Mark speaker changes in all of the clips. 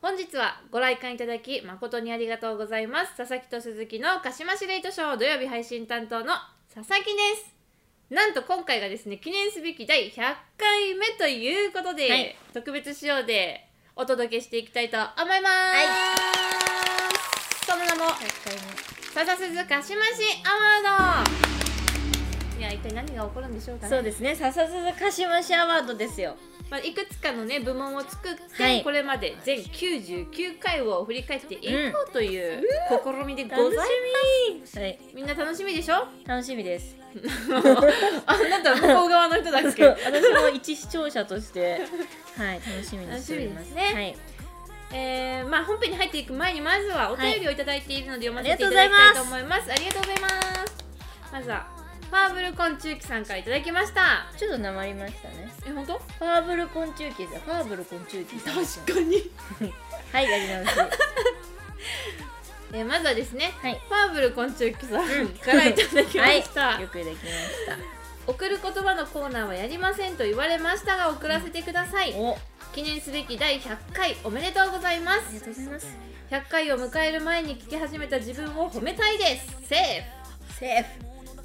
Speaker 1: 本日はご来館いただき誠にありがとうございます佐々木と鈴木の鹿島市レイトショー土曜日配信担当の佐々木ですなんと今回がですね記念すべき第100回目ということで、
Speaker 2: はい
Speaker 1: 特別仕様でお届けしていきたいと思います、その名も笹鈴鹿島市アワードいや一体何が起こるんでしょうかね
Speaker 2: そうですね笹鈴鹿島市アワードですよ
Speaker 1: まあ、いくつかのね部門を作って、
Speaker 2: はい
Speaker 1: これまで全99回を振り返っていこうという試みでございます、
Speaker 2: はい
Speaker 1: みんな楽しみでしょ
Speaker 2: 楽しみです
Speaker 1: あなた向こう側の人だっ
Speaker 2: 私
Speaker 1: け
Speaker 2: も一視聴者と してはい楽しみにしておりま
Speaker 1: 楽しみで
Speaker 2: す
Speaker 1: すねえー、まあ本編に入っていく前にまずはお便りをいただいているので読ませていただきたいと思います、ありがとうございますまずはファーブル昆虫記さんからいただきました
Speaker 2: はいちょっとなまりましたね
Speaker 1: え本当
Speaker 2: ファーブル昆虫記ですファーブル昆虫記
Speaker 1: かに、
Speaker 2: はいやり直し
Speaker 1: えーまずはですね
Speaker 2: はい
Speaker 1: ファーブル昆虫記さんからいただきました、
Speaker 2: はい、よくできました
Speaker 1: 送る言葉のコーナーはやりませんと言われましたが送らせてください
Speaker 2: おあ
Speaker 1: 記念すべき第100回おめでとうございま
Speaker 2: りが
Speaker 1: す
Speaker 2: とうございます
Speaker 1: 100回を迎える前に聞き始めた自分を褒めたいですセー
Speaker 2: セーフ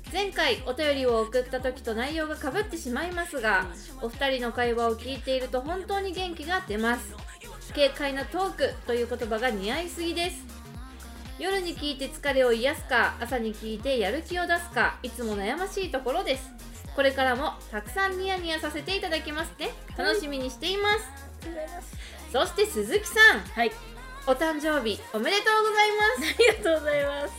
Speaker 1: フ前回お便りを送った時と内容がかぶってしまいますがお二人の会話を聞いていると本当に元気が出ます軽快なトークという言葉が似合いすぎです夜に聞いて疲れを癒すか朝に聞いてやる気を出すかいつも悩ましいところですこれからもたくさんニヤニヤさせていただきますね楽しみにしています、
Speaker 2: ありがとうございます
Speaker 1: そして鈴木さん
Speaker 2: はい
Speaker 1: お誕生日おめでとうございます
Speaker 2: ありがとうございます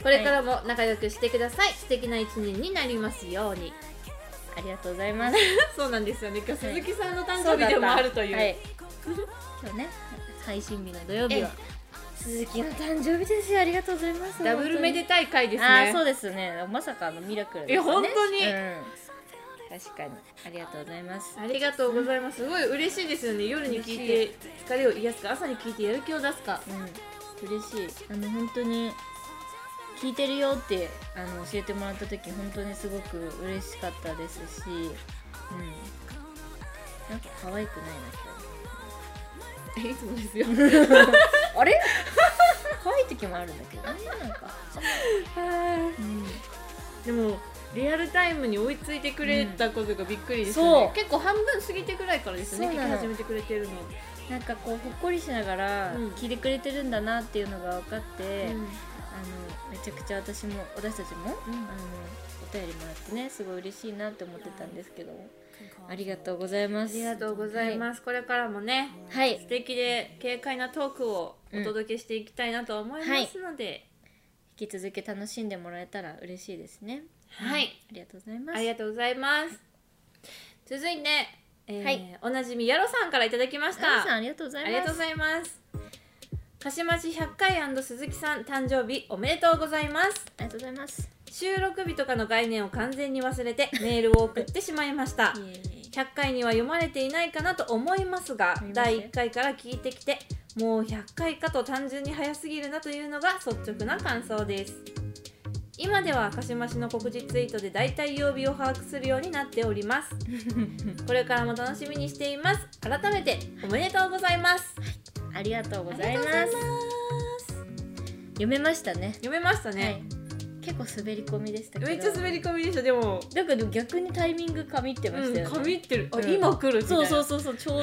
Speaker 1: これからも仲良くしてください素敵な一年になりますように
Speaker 2: ありがとうございます
Speaker 1: そうなんですよね今日
Speaker 2: はい
Speaker 1: 鈴木さんの誕
Speaker 2: そう
Speaker 1: 生日
Speaker 2: だっ
Speaker 1: で
Speaker 2: た
Speaker 1: もあるという、
Speaker 2: はい、今日ね配信日の土曜日は
Speaker 1: え
Speaker 2: 鈴木の誕生日ですよありがとうございます
Speaker 1: ダブルめでたい回ですね
Speaker 2: ああーそうですねまさかのミラクルですね
Speaker 1: いや本当に
Speaker 2: うん確かにありがとうございます
Speaker 1: ありがとうございますすごい嬉しいですよね夜に聞いて疲れを癒すか朝に聞いてやる気を出すか
Speaker 2: うん嬉しいあの本当に聞いてるよってあの教えてもらった時本当にすごく嬉しかったですしうんなんか可愛くないな
Speaker 1: えいつも ですよ
Speaker 2: 今日あれ可愛い時もあるんだけどねなんかうん
Speaker 1: でもリアルタイムに追いついてくれたことがびっくりです
Speaker 2: うん
Speaker 1: ね
Speaker 2: そう
Speaker 1: 結構半分過ぎてくらいからですよね
Speaker 2: そう
Speaker 1: 聞
Speaker 2: な
Speaker 1: き
Speaker 2: の
Speaker 1: 始めてくれてるの、
Speaker 2: なんかこうほっこりしながら
Speaker 1: うん
Speaker 2: 聞いてくれてるんだなっていうのが分かって、
Speaker 1: うん
Speaker 2: あのめちゃくちゃ私も私たちも、
Speaker 1: うん
Speaker 2: あのお便りもらってねすごい嬉しいなって思ってたんですけどありがとうございま
Speaker 1: あ
Speaker 2: す
Speaker 1: りがとうございます、これからもね
Speaker 2: すはい、
Speaker 1: 素敵で軽快なトークをお届けしていきたいなと思いますので、
Speaker 2: 引き続き楽しんでもらえたら嬉しいですね
Speaker 1: はい
Speaker 2: うんありがとうございます
Speaker 1: ありがとうございます続いて、えー
Speaker 2: はい
Speaker 1: おなじみヤロさんからいただきました
Speaker 2: ナナさんありがとうござい
Speaker 1: あ
Speaker 2: ます
Speaker 1: りがとうございます鹿島市100回鈴木さん誕生日おめでとうございます
Speaker 2: ありがとうございます
Speaker 1: 収録日とかの概念を完全に忘れてメールを送ってしまいました
Speaker 2: イエーイ
Speaker 1: 100回には読まれていないかなと思いますが
Speaker 2: ります
Speaker 1: 第1回から聞いてきてもう100回かと単純に早すぎるなというのが率直な感想です今では鹿島市の告示ツイートで大体曜日を把握するようになっており ますこれからも楽しみにしています改めておめでとうございます
Speaker 2: ありがとうござ
Speaker 1: あり
Speaker 2: い
Speaker 1: がと
Speaker 2: ま
Speaker 1: う
Speaker 2: す
Speaker 1: ございます
Speaker 2: 読めましたね
Speaker 1: 読めました
Speaker 2: は
Speaker 1: ね
Speaker 2: い、結構滑り込みでしたけど
Speaker 1: めっちゃ滑り込みでしたでも
Speaker 2: だけど逆にタイミングかみってましたよね、
Speaker 1: 紙ってるあ、
Speaker 2: うん
Speaker 1: 今来るみたい
Speaker 2: そ
Speaker 1: な
Speaker 2: うそうそうそうちょ うど、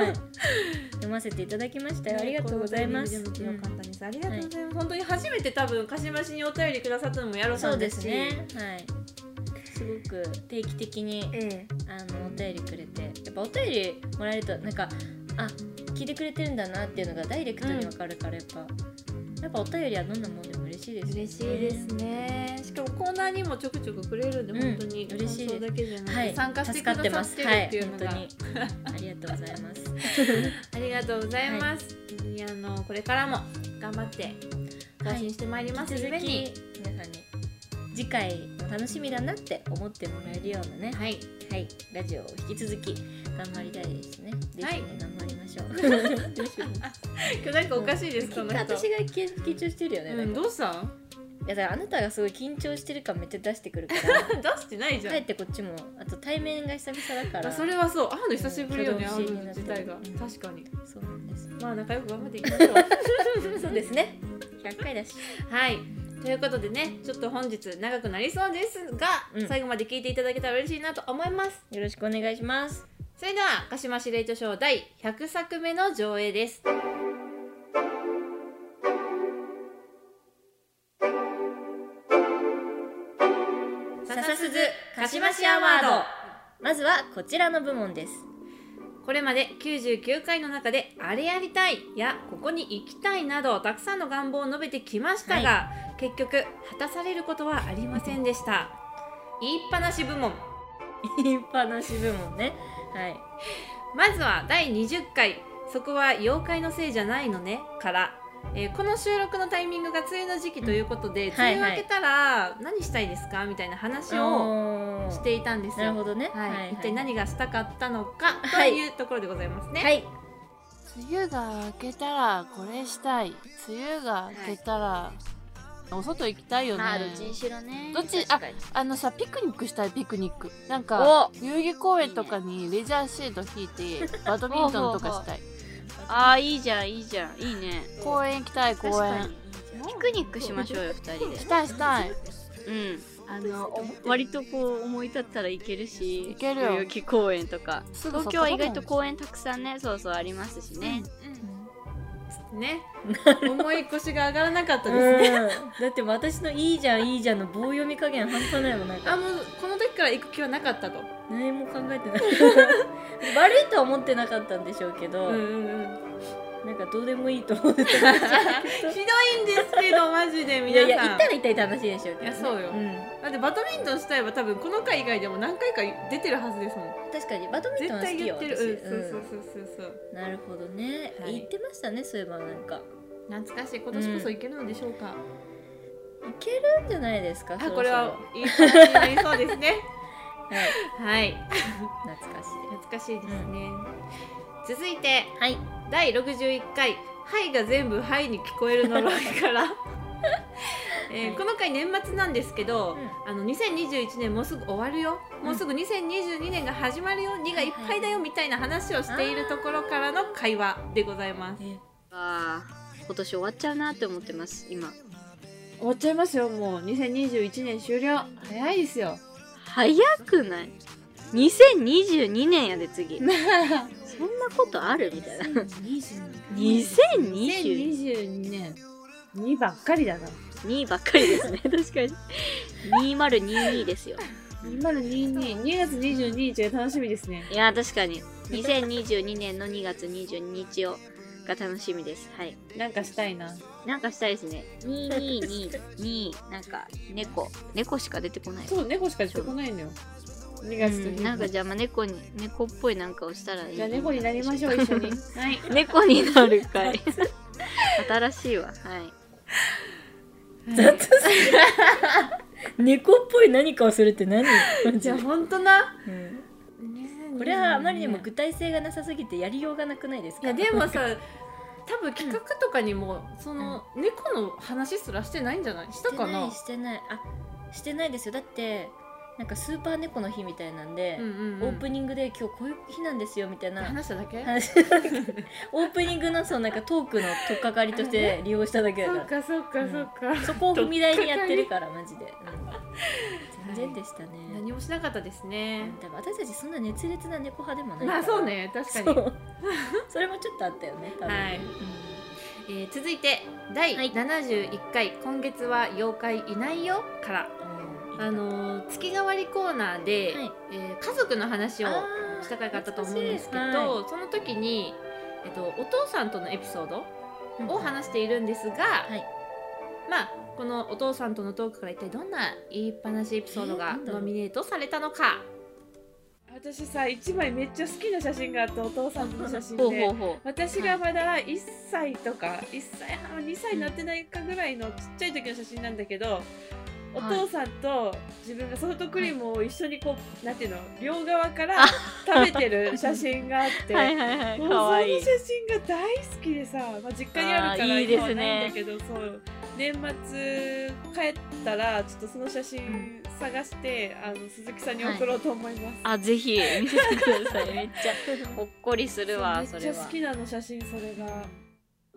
Speaker 2: はい、 読ませていただきましたよありがとうございます、
Speaker 1: このタイミングでもよかったです。ありがとう
Speaker 2: はい
Speaker 1: ございます。本当に初めて多分鹿島市にお便りくださったのもやろ
Speaker 2: うん
Speaker 1: さ
Speaker 2: そうんで
Speaker 1: です
Speaker 2: す
Speaker 1: し。
Speaker 2: ねはいすごく定期的に
Speaker 1: ええ。
Speaker 2: あのお便りくれてやっぱお便りもらえるとなんかあ聞いてくれてるんだなっていうのがダイレクトにわかるからやっぱ、やっぱお便りはどんなもんでも嬉しいですよね
Speaker 1: 嬉しいですね。しかもコーナーにもちょくちょくくれるんで、
Speaker 2: うん
Speaker 1: 本当に
Speaker 2: 嬉しいで
Speaker 1: 感
Speaker 2: す
Speaker 1: 想だけじゃなくて、
Speaker 2: はい
Speaker 1: 参加して
Speaker 2: 助か
Speaker 1: く
Speaker 2: って
Speaker 1: だ
Speaker 2: ま
Speaker 1: さっ
Speaker 2: す
Speaker 1: てるっていうのが、
Speaker 2: はい本当にありがとうございます
Speaker 1: ありがとうございます。いや、あのこれからも頑張って更新してまいります
Speaker 2: 引き
Speaker 1: ゆえ
Speaker 2: 続
Speaker 1: に
Speaker 2: き、皆さんに次回も楽しみだなって思ってもらえるようなね
Speaker 1: はい、
Speaker 2: はい、ラジオを引き続き頑張りたいですね。ですね
Speaker 1: はい
Speaker 2: 頑張りましょう。どうしよう
Speaker 1: 今日 なんかおかしい です、この人。
Speaker 2: 私がけ緊張してるよね。
Speaker 1: うん、
Speaker 2: なんか
Speaker 1: どうしたん？
Speaker 2: いやだからあなたがすごい緊張してる感めっちゃ出してく るから。
Speaker 1: 出してないじゃ
Speaker 2: かえ
Speaker 1: ん
Speaker 2: っ。てこっちもあと対面が久々だか
Speaker 1: あ
Speaker 2: ら。
Speaker 1: それはそう、会うの久しぶりよね、
Speaker 2: う
Speaker 1: 会
Speaker 2: ん
Speaker 1: うの自体が
Speaker 2: 挙動不審になってる
Speaker 1: 確かに。
Speaker 2: そうなんです。
Speaker 1: まあ仲良く頑張っていきましょ うそうですね
Speaker 2: 100回だし
Speaker 1: はいということでねちょっと本日長くなりそうですが、
Speaker 2: うん
Speaker 1: 最後まで聞いていただけたら嬉しいなと思います
Speaker 2: よろしくお願いします
Speaker 1: それでは鹿島司令図賞第100作目の上映です笹鈴鹿島市アワード
Speaker 2: まずはこちらの 部門です
Speaker 1: これまで99回の中で「あれやりたい」や「ここに行きたい」などたくさんの願望を述べてきましたが、結局果たされることはありませんでした言いっぱなし部門
Speaker 2: 言いっぱなし部門ねはい
Speaker 1: まずは第20回「そこは妖怪のせいじゃないのね」から、えーこの収録のタイミングが梅雨の時期ということで、
Speaker 2: うんはいはい
Speaker 1: 梅雨明けたら何したいですかみたいな話を
Speaker 2: を
Speaker 1: していたんです
Speaker 2: なる
Speaker 1: よ
Speaker 2: ほどね
Speaker 1: はい一体何がしたかったのかと
Speaker 2: はい
Speaker 1: いうところでございますね、
Speaker 2: はい
Speaker 3: 梅雨が明けたらこれしたい梅雨が明けたら、お外行きたいよね
Speaker 2: まあどっちにしろね
Speaker 3: どっち
Speaker 2: 確かに
Speaker 3: あのさピクニックしたいピクニックなんか
Speaker 2: お
Speaker 3: 代々木公園とかにレジャーシート引いてバドミントンとかしたい
Speaker 4: ああいいじゃんいいじゃんいいね
Speaker 3: 公園行きたい公園
Speaker 4: ピクニックしましょうよ二人で
Speaker 3: したいしたい
Speaker 4: うんあのお割とこう思い立ったらいけるし
Speaker 3: 行けるよ
Speaker 4: 代々木公園とか
Speaker 3: すぐそ
Speaker 4: 東
Speaker 3: こ
Speaker 4: 京は意
Speaker 3: だ
Speaker 4: 外
Speaker 3: もん
Speaker 4: と公園たくさんねそうそうありますしね、
Speaker 1: ね重い腰が上がらなかったですね
Speaker 2: うんだって私の「いいじゃんいいじゃん」の棒読み加減半端ないもんなん
Speaker 1: あ
Speaker 2: か
Speaker 1: もうこの時から行く気はなかったと
Speaker 2: 何も考 えてない悪いとは思ってなかったんでしょうけど、
Speaker 1: うんうん
Speaker 2: なんかどうでもいいと思ってた
Speaker 1: ひ どいんですけどマジで
Speaker 2: い
Speaker 1: 皆さ
Speaker 2: や
Speaker 1: ん
Speaker 2: いや行ったら行ったらって話でしょうけどね
Speaker 1: いやそうよ
Speaker 2: ん、
Speaker 1: だってバドミントンしたいは多分この回以外でも何回か出てるはずですもん
Speaker 2: 確かにバドミン
Speaker 1: 絶
Speaker 2: トンは好
Speaker 1: 対
Speaker 2: き
Speaker 1: 言
Speaker 2: よ
Speaker 1: ってる
Speaker 2: 私
Speaker 1: うんそうそうそうそうそう
Speaker 2: うんなるほどね、
Speaker 1: はい
Speaker 2: 行ってましたねそういえばなんか
Speaker 1: 懐かしい今年こそ行けるのでしょうか、
Speaker 2: 行けるんじゃないですかそ
Speaker 1: あ
Speaker 2: ろそろ
Speaker 1: これはいい話になりそうですね
Speaker 2: は
Speaker 1: は
Speaker 2: い
Speaker 1: い
Speaker 2: 懐かしい
Speaker 1: 懐かしいですね、続いて
Speaker 2: はい
Speaker 1: 第61回「はい」が全部「はい」に聞こえる呪いから えー
Speaker 2: はい
Speaker 1: この回年末なんですけど、
Speaker 2: う
Speaker 1: あの2021年もうすぐ終わるよ、もうすぐ2022年が始まるよ2がいっぱいだよみたいな話をしているところからの会話でございます。
Speaker 4: あー今年終わっちゃうなって思ってます今
Speaker 1: 終わっちゃいますよもう2021年終了早いです よ。
Speaker 4: 早くない2022年やで次そんなことあるみたいな2022
Speaker 1: 2022年2ばっかりだな。
Speaker 4: ばっか りですね確かに2022ですよ
Speaker 1: 2022 2月22日が楽しみですね。
Speaker 4: いや確かに2022年の2月22日をが楽しみですはい
Speaker 1: なんかしたいな。
Speaker 4: なんかしたいですね2222なんか猫猫しか出てこない
Speaker 1: そう猫しか出てこないのよ。2
Speaker 4: う
Speaker 1: 月と2
Speaker 4: ん
Speaker 1: 月。
Speaker 4: なんかじゃあまあ猫に猫っぽいなんかをしたらいい
Speaker 1: じゃあ猫になりま しょう一緒に。はい。
Speaker 4: 猫になるかい新しいわはい
Speaker 2: 猫っぽい何かをするって何マ
Speaker 1: じ
Speaker 2: ジ
Speaker 1: ゃあ
Speaker 2: で
Speaker 1: 本当な。
Speaker 2: うんこれはあまりにも具体性がなさすぎてやりようがなくないです
Speaker 1: い
Speaker 2: か
Speaker 1: やでもさ多分企画とかにもその猫の話すらしてないんじゃないし
Speaker 2: したて
Speaker 1: か
Speaker 2: な
Speaker 1: ない
Speaker 2: してないあしてないですよだってなんかスーパー猫の日みたいなんで、オープ
Speaker 1: ン
Speaker 2: ニングで今日こういう日なんですよみたいな
Speaker 1: 話しただけ
Speaker 2: 話 オープニングのそのなんかトークの取っかかりとして利用しただけだ
Speaker 1: そう
Speaker 2: から
Speaker 1: かそうかそうか
Speaker 2: そこを踏み台にやってるからマジで、うん全然でしたね、
Speaker 1: 何もしなかったですね
Speaker 2: でも私たちそんな熱烈な猫派でもない
Speaker 1: まあそうね
Speaker 2: そ
Speaker 1: 確かに
Speaker 2: う それもちょっとあったよね多分ね
Speaker 1: はいえー続いて第
Speaker 2: はい
Speaker 1: 71回今月は妖怪いないよから
Speaker 2: うん
Speaker 1: あのー月替わりコーナーで
Speaker 2: はい
Speaker 1: えー家族の話を
Speaker 2: あー
Speaker 1: した回があったと思うんですけ
Speaker 2: 懐かしいは
Speaker 1: どその時にえっとお父さんとのエピソード
Speaker 2: い
Speaker 1: を話しているんですが、
Speaker 2: い
Speaker 1: まあこのお父さんとのトークから一体どんな言いっぱなしエピソード
Speaker 2: えー
Speaker 1: が
Speaker 2: なんだろ
Speaker 1: ノ
Speaker 2: う
Speaker 1: ミネートされたのか私さ1枚めっちゃ好きな写真があったお父さんとの写真
Speaker 4: ほうほうほ
Speaker 1: 私がまだ1歳とか1歳半2歳になってないかぐらいのちっちゃい時の写真なんだけど、お父さんと自分がソフトクリームを一緒にこうなんていうの両側 から食べてる写真があっ
Speaker 4: う
Speaker 1: て。
Speaker 4: はいはいはい
Speaker 1: もう
Speaker 4: かわいい
Speaker 1: その写真が大好きでさ、まあ、実家にあるから
Speaker 4: あーいいです
Speaker 1: 今
Speaker 4: ね
Speaker 1: はないんだけどそう年末帰ったらちょっとその写真
Speaker 5: 探してあの鈴木さんに送ろうと思います、
Speaker 4: あぜひ見せてください めっちゃほっこりするわそ
Speaker 5: め
Speaker 4: れ
Speaker 5: っちゃ
Speaker 4: は
Speaker 5: 好きなの写真それが
Speaker 2: あ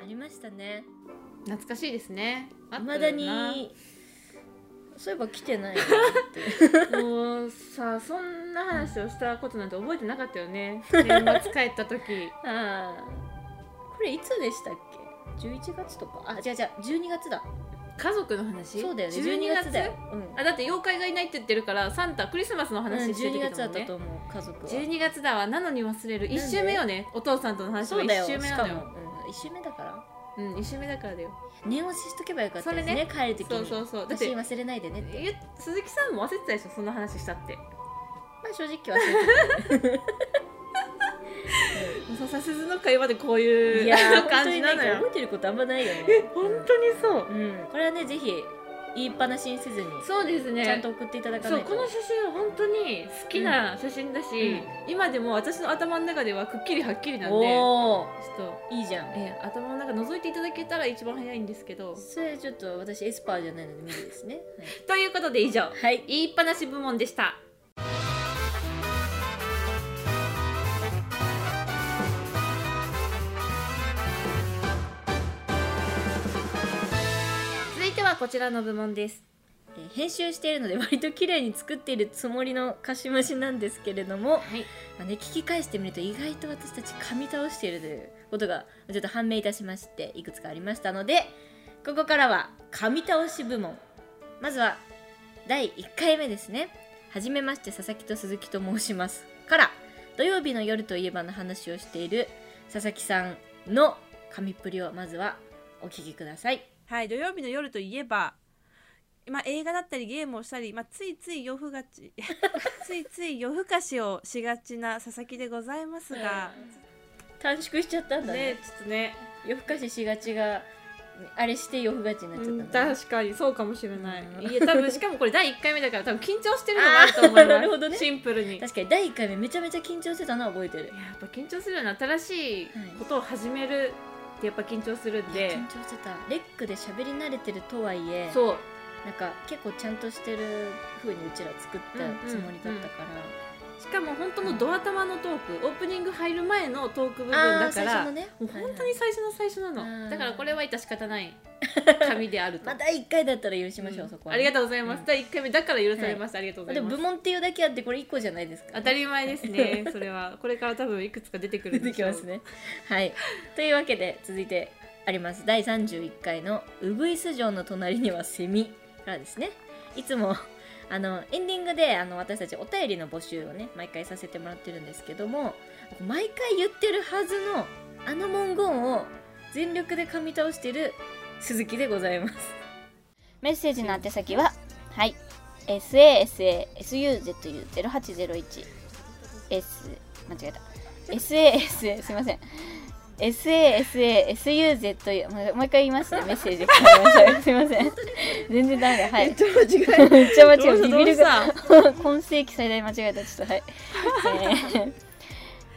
Speaker 2: りましたね
Speaker 1: 懐かしいですねあ
Speaker 2: い
Speaker 1: った
Speaker 2: ま
Speaker 1: よ
Speaker 2: だ
Speaker 1: な
Speaker 2: にそういえば来てないなって
Speaker 1: もうさそんな話をしたことなんて覚えてなかったよね年末帰った 時
Speaker 2: あーこれいつでしたっけ11月とかあ違う違う12月だ
Speaker 1: 家族の話
Speaker 2: そうだよね
Speaker 1: 12
Speaker 2: 12
Speaker 1: 月
Speaker 2: 月だよ、うん
Speaker 1: あだって妖怪がいないって言ってるからサンタクリスマスの
Speaker 2: うん
Speaker 1: 話して
Speaker 2: 12
Speaker 1: る
Speaker 2: 月
Speaker 1: 時だもん
Speaker 2: だった
Speaker 1: ね
Speaker 2: と思う家族は
Speaker 1: 12月だわなのに忘れる
Speaker 2: で
Speaker 1: 1週目よねお父さんとの話は
Speaker 2: そうだ
Speaker 1: 1
Speaker 2: よ
Speaker 1: 週目
Speaker 2: し
Speaker 1: な
Speaker 2: か
Speaker 1: のよ
Speaker 2: も、うん、1週目だから
Speaker 1: うん1週目だからだよ
Speaker 2: 念押ししとけばよかったですね帰る時に
Speaker 1: そうそうそうだっ
Speaker 2: 私
Speaker 1: て
Speaker 2: 忘れないでねって
Speaker 1: え鈴木さんも忘れてたでしょそんな話したって
Speaker 2: まあ正直忘れ
Speaker 1: 笹鈴の会話でこう
Speaker 2: て
Speaker 1: い
Speaker 2: る
Speaker 1: う
Speaker 2: いやー
Speaker 1: 感じなの
Speaker 2: 本当にね覚
Speaker 1: よ
Speaker 2: えてることあんまないよね
Speaker 1: え本当にそう
Speaker 2: うん、これはねぜひ言いっぱなしにせずに
Speaker 1: そうですね
Speaker 2: ちゃんと送っていただか
Speaker 1: そ
Speaker 2: な
Speaker 1: う
Speaker 2: いと
Speaker 1: この写真は本当に好きな写真だし、今でも私の頭の中ではくっきりはっきりなんでちょ
Speaker 2: おお
Speaker 1: っと、
Speaker 2: いいじゃん
Speaker 1: えー頭の中覗いていただけたら一番早いんですけど
Speaker 2: それちょっと私エスパーじゃないので無理ですね
Speaker 1: ということで以上
Speaker 2: はい、はい、
Speaker 1: 言いっぱなし部門でした続いてはこちらの部門です
Speaker 2: えー編集しているので割と綺麗に作っているつもりのかしましなんですけれども、
Speaker 1: はい
Speaker 2: まあね、聞き返してみると意外と私たち噛み倒しているということがちょっと判明いたしましていくつかありましたのでここからは噛み倒し部門まずは第1回目ですね「はじめまして佐々木と鈴木と申します」から土曜日の夜といえばの話をしている佐々木さんの噛みっぷりをまずはお聞きください。
Speaker 5: はい土曜日の夜といえばまあ、映画だったりゲームをしたり、まあ、ついつい夜更か しついつい夜更かしをしがちな佐々木でございます が、
Speaker 2: 短縮しちゃったんだね
Speaker 5: ねちょっとね、
Speaker 2: 夜更かししがちがあれして夜更かちになっちゃったんだね、
Speaker 1: 確かにそうかもしれない、
Speaker 2: うん
Speaker 1: いや多分しかもこれ第1回目だから多分緊張してるのもあると思いま
Speaker 2: あ
Speaker 1: す
Speaker 2: ーなるほどね
Speaker 1: シンプルにいや
Speaker 2: 確かに第1回目めちゃめちゃ緊張してたのは覚えてる
Speaker 1: やっぱ緊張するよね新しいことを始めるってやっぱ緊張するんで、
Speaker 2: 緊張してたレックで喋り慣れてるとはいえ
Speaker 1: そう
Speaker 2: なんか結構ちゃんとしてる風にうちら作ったつもりだったから、
Speaker 1: しかも本当のドア玉のトークオープニング入る前のトーク部分だ
Speaker 2: ー
Speaker 1: か
Speaker 2: 最
Speaker 1: ら
Speaker 2: 初のね
Speaker 1: もう本当に最初の最初なの、
Speaker 2: はいはい
Speaker 1: だからこれは致し方ない 紙であると、
Speaker 2: まあ第1回だったら許しましょう、
Speaker 1: うん
Speaker 2: そこは
Speaker 1: あ
Speaker 2: ね、
Speaker 1: りがとうございます、
Speaker 2: うん
Speaker 1: 第1回目だから許されました、ありがとうござ
Speaker 2: で
Speaker 1: い
Speaker 2: も
Speaker 1: ます
Speaker 2: 部門っていうだけあってこれ1個じゃないですか
Speaker 1: 当たり前ですねそれはこれから多分いくつか出てくる
Speaker 2: 出
Speaker 1: んで
Speaker 2: て
Speaker 1: し
Speaker 2: き
Speaker 1: ょう
Speaker 2: ますねはいというわけで続いてあります第31回の「ウグイス城の隣にはセミ」からですねいつも あのエンディングであの私たちお便りの募集をね毎回させてもらってるんですけども毎回言ってるはずのあの文言を全力で噛み倒してる鈴木でございます
Speaker 6: メッセージの宛先は、はい、sasasuzu0801、s、間違えた、sasa、すいません、sasasuzu、もうもう一回言いますね、メッセージ。ごめんな さいすいません、全然ダメだ、はい。めっちゃ間違えた。めっちゃ間違えた、ビビるが、 今世紀最大間違えた、ちょっと、はい。えー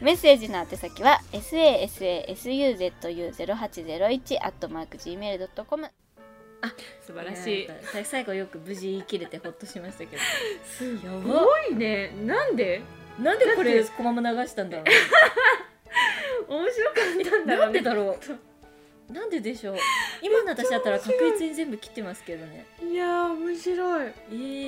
Speaker 6: メッセージの宛先は sasasuzu0801-gmail.com
Speaker 1: 素晴らしい
Speaker 2: やさ最後よく無事言い切れてほっとしましたけど
Speaker 1: す
Speaker 2: ば
Speaker 1: ごいねなんで
Speaker 2: なんでこれ
Speaker 1: だ
Speaker 2: このまま流したんだろう
Speaker 1: 面白かったんだ
Speaker 2: な
Speaker 1: ろうんね
Speaker 2: でだろう。 なんででしょう。今の私だったら確実に全部切ってますけどね。
Speaker 1: いやー面白い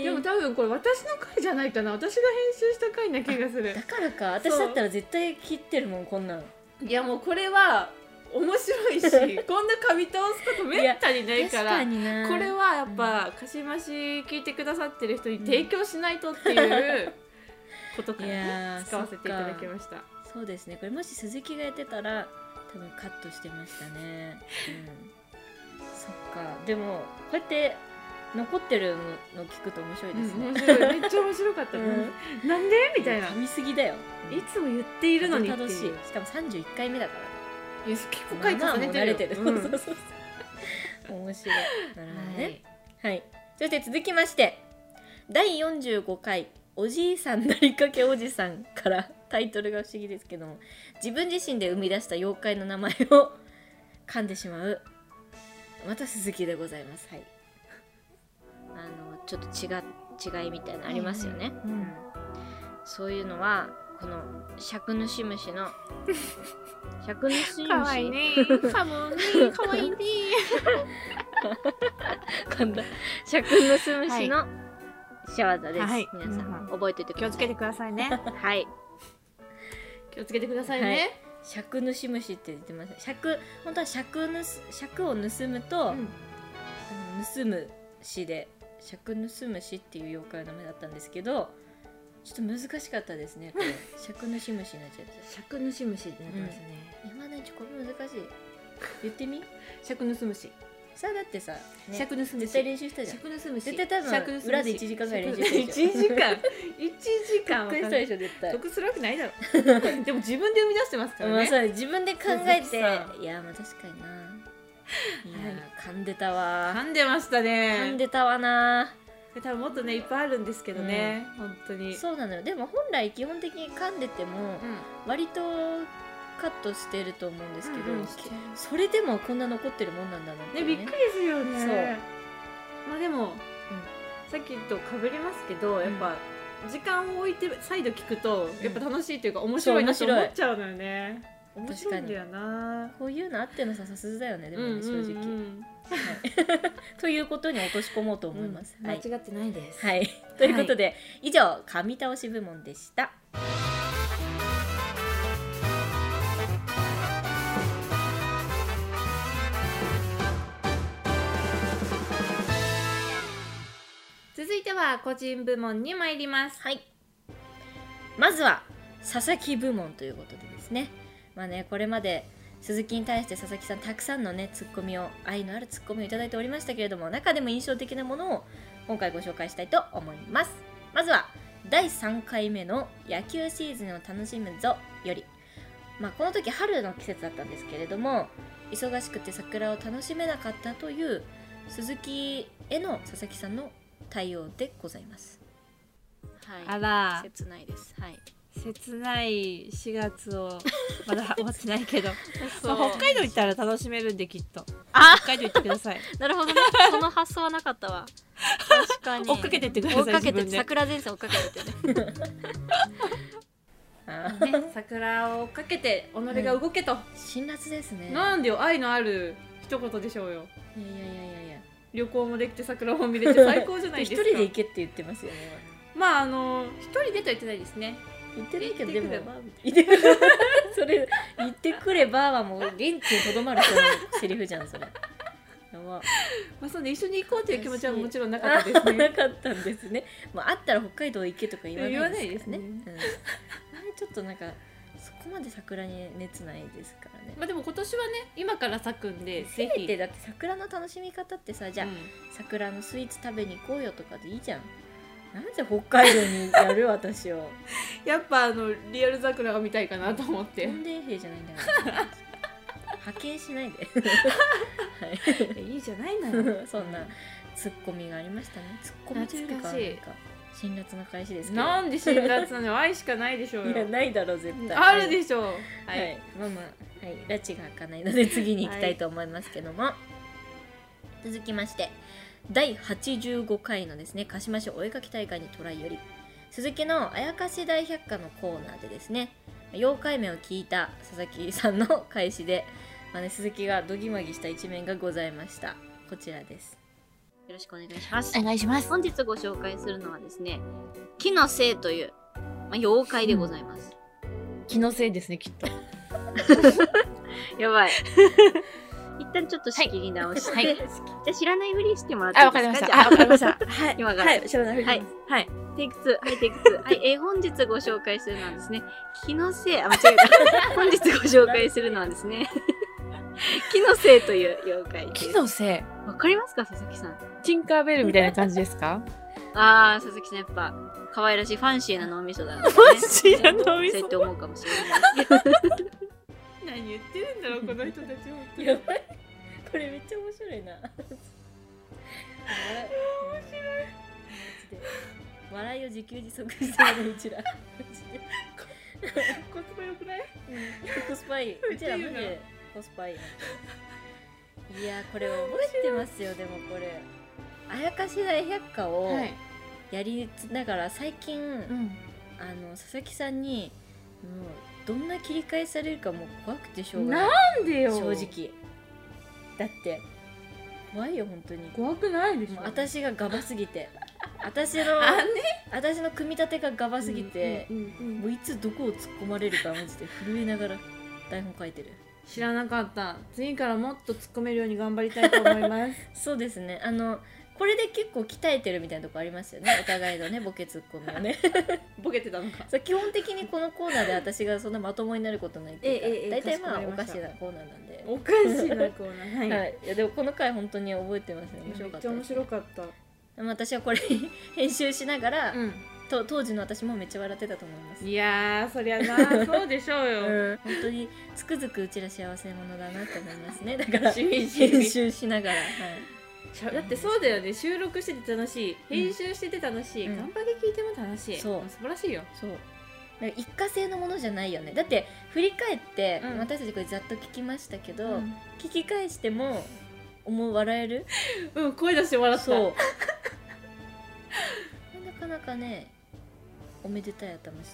Speaker 2: え
Speaker 1: でも多分これ私の回じゃないかな私が編集した回な気がする
Speaker 2: だからか。
Speaker 1: そう
Speaker 2: 私だったら絶対切ってるもんこんなの。
Speaker 1: いやもうこれは面白 いしこんな噛み倒すことめったにないか
Speaker 2: 確
Speaker 1: ら
Speaker 2: かにな。
Speaker 1: これはやっぱかしまし聞いてくださってる人に提供しないとっていう うことから
Speaker 2: いや
Speaker 1: ね
Speaker 2: ー
Speaker 1: 使わせていただきました
Speaker 2: そうですね。これもし鈴木がやってたら多分カットしてましたね。うん。そっか。でもこうやって残ってるの聞くと面白いです
Speaker 1: うん
Speaker 2: ね。
Speaker 1: 面白いめっちゃ面白かった、
Speaker 2: うん
Speaker 1: なんでみたいな
Speaker 2: 噛みすぎだよ。
Speaker 1: いつも言っているのにっていう
Speaker 2: 楽しい。しかも三十一回目だからね。
Speaker 1: いや結構回重ねてるよ
Speaker 2: 慣れてる。
Speaker 1: うん
Speaker 2: そうそうそうそう。面白い。なるほど
Speaker 1: は
Speaker 2: ね
Speaker 1: い。
Speaker 2: はい。そして続きまして、第45回、おじいさんなりかけおじさんからタイトルが不思議ですけども、自分自身で生み出した妖怪の名前を噛んでしまう、また鈴木でございます。はい。あの、ちょっと違
Speaker 4: 違いみたいなのありますよね、
Speaker 2: うん
Speaker 4: そういうのはこの尺主 虫の尺主
Speaker 5: かわいい
Speaker 4: 虫
Speaker 5: ね。かもね。かわいいね。
Speaker 4: 噛んだ尺主虫の仕業です、
Speaker 5: はい
Speaker 4: 皆さん、
Speaker 5: うん
Speaker 4: 覚えておいてく
Speaker 5: 気を
Speaker 4: だ
Speaker 5: つ
Speaker 4: さ
Speaker 5: け
Speaker 4: い
Speaker 5: てくださいね。
Speaker 4: はい
Speaker 1: 気をつけてくださいね、
Speaker 2: 尺主虫って言ってます尺本当は尺ぬす尺を盗むと、
Speaker 1: うん
Speaker 2: あの盗む詩で尺盗む詩っていう妖怪の名前だったんですけどちょっと難しかったですねこ れ尺主虫になっちゃった
Speaker 1: 尺主虫ってなってますね、
Speaker 2: 今ねちょこれ難しい言ってみ
Speaker 1: 尺盗虫
Speaker 2: さあだってさ、ね、
Speaker 1: 尺盗虫
Speaker 2: 絶対練習したじゃん
Speaker 1: 尺盗虫
Speaker 2: 絶対多分裏で1時間ぐらい練習したでしょ
Speaker 1: 1時 間1時間
Speaker 2: び
Speaker 1: は
Speaker 2: っくりしたでしょ絶対
Speaker 1: 得するわけないだ ろでも自分で生み出してますか
Speaker 2: ま
Speaker 1: ら
Speaker 2: あ
Speaker 1: ね
Speaker 2: そう自分で考
Speaker 1: 鈴
Speaker 2: え
Speaker 1: 木
Speaker 2: てい
Speaker 1: さ
Speaker 2: やまあ確 かにないやー噛んでたわ
Speaker 1: 噛んでました
Speaker 2: 噛ん
Speaker 1: ね
Speaker 2: でたわな
Speaker 1: 多分もっとねいっぱいあるんですけどね、本当に
Speaker 2: そうなのよでも本来基本的に噛んでても
Speaker 1: うん
Speaker 2: 割とカットしてると思うんですけど、
Speaker 1: うんうん
Speaker 2: きそれでもこんな残ってるもんなんだなって
Speaker 1: ねびっくりするよね
Speaker 2: そう
Speaker 1: まあでも、さっきとかぶりますけどやっぱ、時間を置いて再度聞くとやっぱ楽しいというか面白いなと
Speaker 2: そう
Speaker 1: 思
Speaker 2: 面白い
Speaker 1: っちゃうのよね面
Speaker 2: 確
Speaker 1: 白
Speaker 2: か
Speaker 1: いん
Speaker 2: に
Speaker 1: だよな
Speaker 2: こういうのあってのささすだよねでも
Speaker 1: うん
Speaker 2: ね
Speaker 1: うん
Speaker 2: 正直、
Speaker 1: うん
Speaker 2: ということに落とし込もうと思います、
Speaker 1: うん
Speaker 2: は
Speaker 1: 間
Speaker 2: い、
Speaker 1: 違ってないです
Speaker 2: はい、ということで、以上神倒し部門でした
Speaker 1: 続いては個人部門に参ります
Speaker 2: はいまずは佐々木部門ということでですねまあねこれまで鈴木に対して佐々木さんたくさんのねツッコミを愛のあるツッコミをいただいておりましたけれども中でも印象的なものを今回ご紹介したいと思いますまずは第3回目の「野球シーズンを楽しむぞ」よりまあこの時春の季節だったんですけれども忙しくて桜を楽しめなかったという鈴木への佐々木さんの対応でございます
Speaker 4: は
Speaker 5: あ
Speaker 4: い
Speaker 5: ら、
Speaker 4: 切ないですはい
Speaker 5: 切ない4月をまだ終わってない けど、まあ、北海道行ったら楽しめるんできっと。
Speaker 4: あ
Speaker 5: 北海道行ってく ださい。
Speaker 4: なるほどねその発想はなかったわ確かに
Speaker 5: 追っかけてってくださ
Speaker 4: 追
Speaker 5: い
Speaker 4: っか
Speaker 5: 自
Speaker 4: けて
Speaker 5: 分で
Speaker 4: 桜前線追っかけてね
Speaker 2: あー
Speaker 1: ね桜を追っかけて己が動けと、
Speaker 2: 辛辣ですね
Speaker 1: なんでよ愛のある一言でしょうよ
Speaker 2: いやいやいやいやいや
Speaker 1: 旅行もできて桜も見れて最高じゃないで
Speaker 2: 一
Speaker 1: す
Speaker 2: 人
Speaker 1: か
Speaker 2: で行けって言ってますよね
Speaker 1: まああの一人でとは言ってないですね
Speaker 2: 行ってないけど
Speaker 1: 行
Speaker 2: で
Speaker 1: ってく
Speaker 2: も
Speaker 1: れば
Speaker 2: 行ってくれ それ行ってくればはもう現地にとどまる人のセリフじゃんそれやば
Speaker 1: まあそうね一緒に行こうという気持ちはもちろんなかったです
Speaker 2: な
Speaker 1: ね
Speaker 2: かったんですねもうあったら北海道行けとか言わないですからね
Speaker 1: 言わ
Speaker 2: うん、あれちょっとなんかそこまで桜に熱ないですからね
Speaker 1: まあでも今年はね今から咲くんで
Speaker 2: せ
Speaker 1: ぜ
Speaker 2: め
Speaker 1: ひ
Speaker 2: てだって桜の楽しみ方ってさじゃあ、桜のスイーツ食べに行こうよとかでいいじゃんなんで北海道にやる私を
Speaker 1: やっぱあのリアル桜が見たいかなと思って
Speaker 2: 年齢兵じゃないんだから派遣しないではい
Speaker 1: いいじゃないなの
Speaker 2: そんなツッコミがありましたねツッコミというか
Speaker 1: 懐か
Speaker 2: なんか
Speaker 1: しい
Speaker 2: 辛辣な返しですけど
Speaker 1: なんで辛辣なの愛しかないでしょう
Speaker 2: いや
Speaker 1: よ
Speaker 2: ないだろう絶対
Speaker 1: あるでしょう
Speaker 2: はい、はい、まあまあはい拉致が開かないので次に行きたいと思いますけども、続きまして第85回のですね鹿島市お絵かき大会にトライより鈴木のあやかし大百科のコーナーでですね妖怪名を聞いた佐々木さんの開始で、まあね、鈴木がどぎまぎした一面がございましたこちらです
Speaker 4: よろしくお願いします
Speaker 6: お願いします。
Speaker 4: 本日ご紹介するのはですね木の精という、まあ、妖怪でございます、
Speaker 1: 気のせいですねきっと
Speaker 4: やばい一旦ちょっと仕切り直して、
Speaker 6: はい
Speaker 4: じゃあ知らないふりしてもらってい
Speaker 6: あ、
Speaker 4: い
Speaker 6: わかり
Speaker 4: で
Speaker 6: ますし
Speaker 4: か
Speaker 6: た。あ、わかりました。
Speaker 4: じゃあ今から、
Speaker 2: はい知らない
Speaker 4: はい、はい、テイク2、はい、テイク2。はい、えー本日ご紹介するのはですね、気のせい、あ、間違えた。本日ご紹介するのはですね、気のせいという妖怪です。
Speaker 3: 木のせい。
Speaker 4: わかりますか、佐々木さん。
Speaker 3: ティンカーベルみたいな感じですか
Speaker 4: あー、佐々木さん、やっぱ、可愛らしいファンシーな脳みそだな、ね。フ
Speaker 3: マジなのみ
Speaker 4: そうや
Speaker 3: そ
Speaker 4: って思うかもしれないですけど。
Speaker 1: 何言ってるんだろうこの人たち本当に
Speaker 2: やばいこれめっちゃ面白いな面白い笑いを自給自足してるうちらマジで
Speaker 1: コスパ良くない
Speaker 2: コスパ いい。
Speaker 1: め
Speaker 2: う
Speaker 1: っ
Speaker 2: ち
Speaker 1: ちゃ
Speaker 2: ら
Speaker 1: いい
Speaker 2: マ
Speaker 1: な
Speaker 2: ジでコスパいい。いやーこれ覚えてますよでもこれ。あやかし大百科を
Speaker 1: はい
Speaker 2: やりつだから最近、
Speaker 1: ん
Speaker 2: あの佐々木さんにもうどんな切り替えされるかもう怖くてしょうがない
Speaker 1: なんでよ
Speaker 2: 正直だって怖いよ本当に
Speaker 1: 怖くないでし
Speaker 2: も
Speaker 1: ょ
Speaker 2: う私がガバすぎ て私の私の組み立てがガバすぎて、
Speaker 1: うんうんうん
Speaker 2: もういつどこを突っ込まれるかマジで震えながら台本書いてる
Speaker 1: 知らなかった次からもっと突っ込めるように頑張りたいと思います
Speaker 2: そうですねあのこれで結構鍛えてるみたいなとこありますよねお互いのねボケツッコミをね
Speaker 1: ボケてたのか
Speaker 2: そう基本的にこのコーナーで私がそんなまともになることないって
Speaker 1: えええ
Speaker 2: い
Speaker 1: え
Speaker 2: うか大体まあ
Speaker 1: かしこまり
Speaker 2: お
Speaker 1: ま
Speaker 2: か
Speaker 1: した
Speaker 2: しなコーナーなんで、
Speaker 1: おかしいなコーナーはい、
Speaker 2: はい、いやでもこの回本当に覚えてますね面
Speaker 1: め
Speaker 2: 白か
Speaker 1: っち
Speaker 2: った
Speaker 1: ゃ
Speaker 2: で
Speaker 1: 面
Speaker 2: す
Speaker 1: 白かった
Speaker 2: でも私はこれ編集しながら、
Speaker 1: うん
Speaker 2: と当時の私もめっちゃ笑ってたと思います
Speaker 1: いやーそりゃ なそうでしょうよ、
Speaker 2: 本当につくづくうちら幸せ者だなって思います ねだから
Speaker 1: しみじみ
Speaker 2: 編集しながら、はい、
Speaker 1: ちゃだってそうだよね収録してて楽しい
Speaker 2: ん
Speaker 1: 編集してて楽しい、
Speaker 2: うん
Speaker 1: 頑張り聞いても楽しい、
Speaker 2: そう
Speaker 1: も素晴らしいよ
Speaker 2: そうなんか一過性のものじゃないよねだって振り返って、
Speaker 1: うん
Speaker 2: 私たちこれざっと聞きましたけど、
Speaker 1: うん
Speaker 2: 聞き返しても思う笑える
Speaker 1: うん声出して笑った
Speaker 2: そう なかなかねおめでたい頭し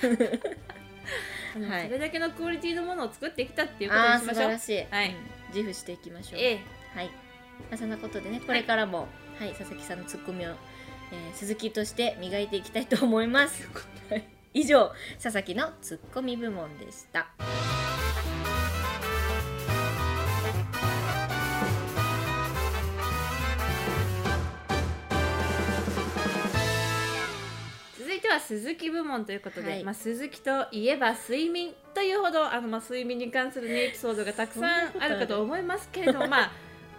Speaker 2: てる
Speaker 1: あの
Speaker 2: はい
Speaker 1: それだけのクオリティのものを作ってきたっていうこと
Speaker 2: あ
Speaker 1: に
Speaker 2: あ
Speaker 1: しま
Speaker 2: 素
Speaker 1: し
Speaker 2: 晴
Speaker 1: ょう
Speaker 2: らしい、
Speaker 1: はい
Speaker 2: うん自負していきましょう
Speaker 1: ええ
Speaker 2: はい、まあ、そんなことでねこれからも、はい佐々木さんのツッコミを、えー鈴木として磨いていきたいと思いますはい以上佐々木のツッコミ部門でした
Speaker 1: 続いては鈴木部門ということで、
Speaker 2: はい
Speaker 1: まあ、鈴木といえば睡眠というほどあの、まあ、睡眠に関する、ね、エピソードがたくさんあるかと思いますけれ ども、まあ、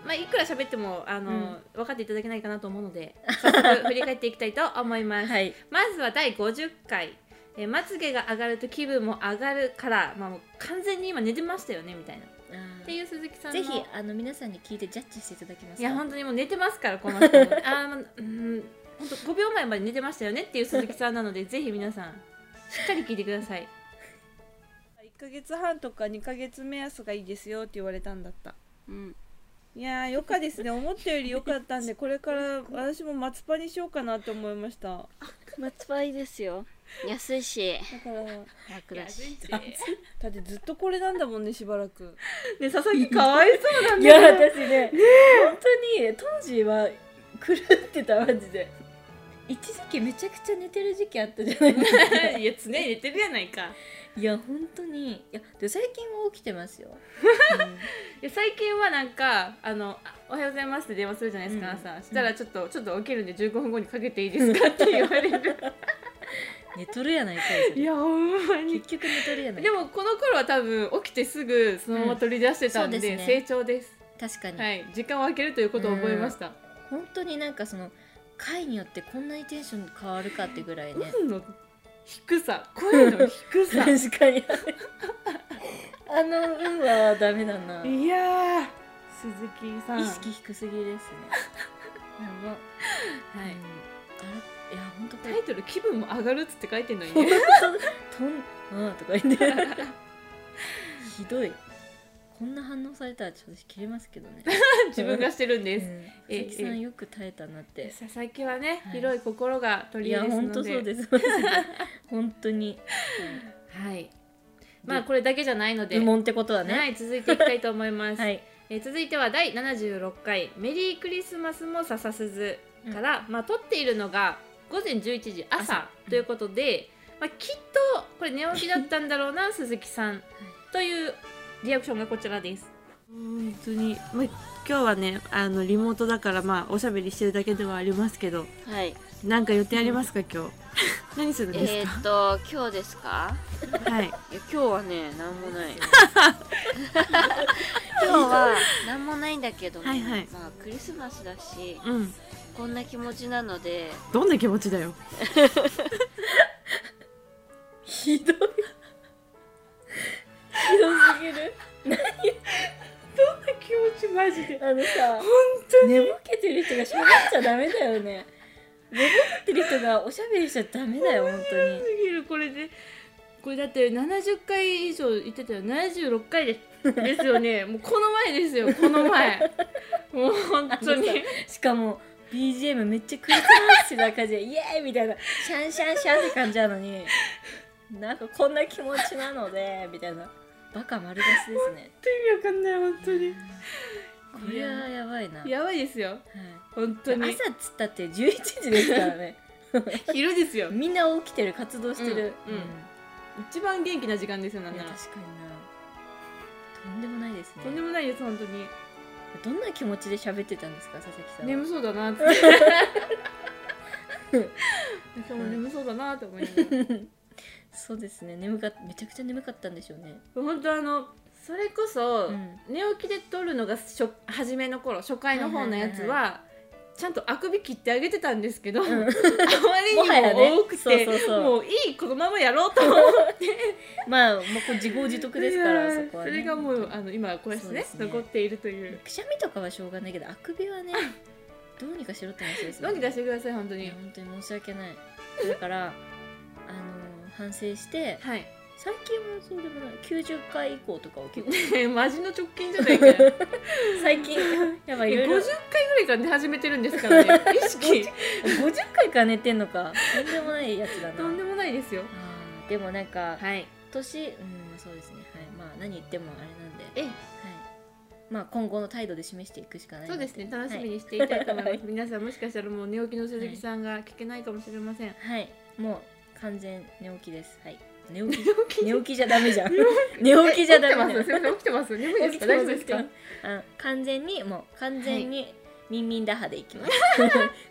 Speaker 1: まあいくら喋ってもあの、
Speaker 2: うん
Speaker 1: 分かっていただけないかなと思うので早速振り返っていきたいと思います。
Speaker 2: はい
Speaker 1: まずは第50回えーまつげが上がると気分も上がるから、まあ、もう完全に今寝てましたよねみたいな。っ
Speaker 2: あー
Speaker 1: ていう鈴木さんの
Speaker 2: ぜひあの皆さんに聞いてジャッジしていただけますか
Speaker 1: いや本当にもう寝てますからこの人あ ーまあうん本当5秒前まで寝てましたよねっていう鈴木さんなの でぜひ皆さんしっかり聞いてください
Speaker 5: 1ヶ月半とか2ヶ月目安がいいですよって言われたんだった
Speaker 4: うん
Speaker 5: いやーよかですね思ったより良かった んでこれから私も松パにしようかなと思いましただか
Speaker 4: 松葉いいですよ安いし
Speaker 5: ら
Speaker 4: 楽だし
Speaker 5: だってずっとこれなんだもんねしばらく
Speaker 1: ね佐々木かわいそう
Speaker 2: いや私ね本当に当時は狂ってたマジで一時期めちゃくちゃ寝てる時期あったじゃないですか
Speaker 1: いや常に寝てるやないか
Speaker 2: いや本当にいやで最近は起きてますよ、
Speaker 1: いや最近はなんかあのあ「おはようございます」って電話するじゃないですか、
Speaker 2: うん
Speaker 1: 朝したらちょっと「ちょっと起きるんで15分後にかけていいですか?」って言われる
Speaker 2: 寝とるやないかい
Speaker 1: いやほんまに
Speaker 2: 結局寝とるやないか
Speaker 1: でもこの頃は多分起きてすぐそのまま取り出してたんで,、
Speaker 2: うんそうですね
Speaker 1: 成長です、
Speaker 2: 確かに、
Speaker 1: はい時間を空けるということを覚えました、
Speaker 2: 本当になんかその回によってこんなにテンション変わるかってぐらいね
Speaker 1: うん、の低さ声の低 さ
Speaker 2: 確かにあの運はダメだない
Speaker 1: やー鈴木さん
Speaker 2: 意識低すぎですね やば
Speaker 1: は
Speaker 2: はい
Speaker 1: い、
Speaker 2: あれいや本当これ
Speaker 1: タイトル「気分も上がる」っつって書いてんのにね
Speaker 2: とんうんとか言って ひどいこんな反応されたらちょっと切れますけどね、
Speaker 1: 自分がしてるん
Speaker 2: う
Speaker 1: で
Speaker 2: ん
Speaker 1: す、え
Speaker 2: 鈴木さんよく耐えたなって
Speaker 1: 佐々木はね、
Speaker 2: はい
Speaker 1: 広い心が取
Speaker 2: い
Speaker 1: り
Speaker 2: や
Speaker 1: 柄です
Speaker 2: 本
Speaker 1: の
Speaker 2: 当
Speaker 1: で
Speaker 2: そうですマジで本当に
Speaker 1: はいまあこれだけじゃないので、
Speaker 2: 疑問ってことは
Speaker 1: は
Speaker 2: ね
Speaker 1: い続いていきたいと思います、
Speaker 2: はい
Speaker 1: えー続いては第76回「メリークリスマスも笹鈴」から、まあ、撮っているのが午前11時朝
Speaker 2: 朝
Speaker 1: ということで、まあ、きっとこれ寝起きだったんだろうな鈴木さんというリアクションがこちらです。
Speaker 5: 本当に、まあ、今日はねあのリモートだからまあおしゃべりしてるだけではありますけど
Speaker 4: はい
Speaker 5: なんか予定ありますか今日 何するん
Speaker 4: え
Speaker 5: です
Speaker 4: ー、っと今日ですか
Speaker 5: か、はい
Speaker 4: いや今日はね何もない 今日は何もないんだけども、
Speaker 5: はいはい
Speaker 4: まあクリスマスだし
Speaker 5: うん
Speaker 4: こんな気持ちなので
Speaker 5: どんな気持ちだよ
Speaker 2: ひどいひどすぎる
Speaker 1: 気持ちマジで
Speaker 2: あのさ本当に寝ぼけてる人が喋っちゃダメだよね寝ぼけてる人がおしゃべりしちゃダメだよ本当に
Speaker 1: すぎるこれでこれだって70回以上言ってたよ76回で ですよねもうこの前ですよこの前もう本当に
Speaker 2: しかも BGM めっちゃクリスマスな感じで イエーイみたいなシャンシャンシャンって感じなのになんかこんな気持ちなのでみたいなバカ丸出しですね
Speaker 1: わかんない本当に
Speaker 2: これはやばいな、はい、
Speaker 1: やばいですよ本当に
Speaker 2: 朝っつったって11時ですか らね
Speaker 1: 昼ですよ
Speaker 2: みんな起きてる活動してる
Speaker 1: うんうん一番元気な時間ですよなん
Speaker 2: い
Speaker 1: な
Speaker 2: や
Speaker 1: ら
Speaker 2: 確かになとんでもないですね
Speaker 1: とんでもないです本当に
Speaker 2: どんな気持ちで喋ってたんですか佐々木さんは
Speaker 1: 眠そうだな って今日も眠そうだなって思いながら
Speaker 2: そうですね眠かっめちゃくちゃ眠かったんでしょうね、
Speaker 1: 本当あのそれこそ、
Speaker 2: うん
Speaker 1: 寝起きで撮るのが初初めの頃初回の方のやつは,、
Speaker 2: はい
Speaker 1: ちゃんとあくび切ってあげてたんですけど、あま
Speaker 2: もはや
Speaker 1: りに
Speaker 2: ね
Speaker 1: も多くて
Speaker 2: そうそうそう
Speaker 1: もういいこのままやろうと思って
Speaker 2: まあもうこう自業自得ですか
Speaker 1: い
Speaker 2: ら
Speaker 1: や
Speaker 2: そ
Speaker 1: ー
Speaker 2: こは、
Speaker 1: そ
Speaker 2: ね、
Speaker 1: れがもうあの今こうやって
Speaker 2: そうで
Speaker 1: ね
Speaker 2: すね
Speaker 1: 残っているという
Speaker 2: くしゃみとかはしょうがないけどあくびはねどうにかしろって話です
Speaker 1: どうにかしててください本当に、
Speaker 2: 本当に申し訳ないだからあのー反省して
Speaker 1: はい
Speaker 2: 最近はそうでもない90回以降とかを結構
Speaker 1: マジの直近じゃ ないかよ
Speaker 2: 最近やばいいろい
Speaker 1: 50
Speaker 2: ろ
Speaker 1: 回ぐらいから寝始めてるんですから ね意識
Speaker 2: 50回から寝てんのかとんでもないやつだな
Speaker 1: とんでもないですよ
Speaker 2: あーでもなんか
Speaker 1: はい
Speaker 2: 年うんそうですねはいまあ何言ってもあれなんではいまあ今後の態度で示していくしかない
Speaker 1: そうですね楽しみ
Speaker 2: に
Speaker 1: にしていたいと思います、
Speaker 2: はい
Speaker 1: 皆さんもしかしたらもう寝起きの鈴木さんが聞けないかもしれません、
Speaker 2: はい、はいもう完全寝起きです はい寝起き寝起きじゃダメじゃん 寝起きじゃダメじゃん
Speaker 1: 起きてますすいません起きてます眠いです
Speaker 2: 起きて
Speaker 1: か
Speaker 2: ま
Speaker 1: 大丈
Speaker 2: す
Speaker 1: 夫ですか
Speaker 2: あ完全にもう完全にミンミン打破でいきます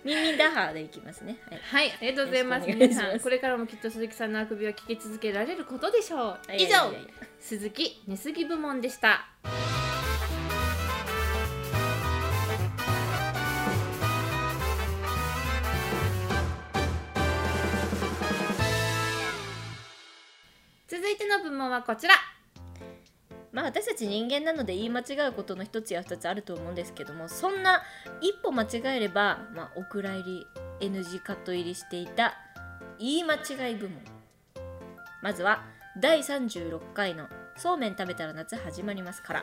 Speaker 2: ミンミン打破でいきますねはい
Speaker 1: はいありがとうございます
Speaker 2: よろしくお願い
Speaker 1: 皆
Speaker 2: します
Speaker 1: さんこれからもきっと鈴木さんのあくびは聞き続けられることでしょう以
Speaker 2: いやいや
Speaker 1: 上
Speaker 2: いやいや
Speaker 1: 鈴木寝すぎ部門でした続いての部門はこちら
Speaker 2: まあ私たち人間なので言い間違うことの一つや二つあると思うんですけどもそんな一歩間違えれば、まあ、お蔵入り NG カット入りしていた言い間違い部門まずは第36回の「そうめん食べたら夏始まります」から、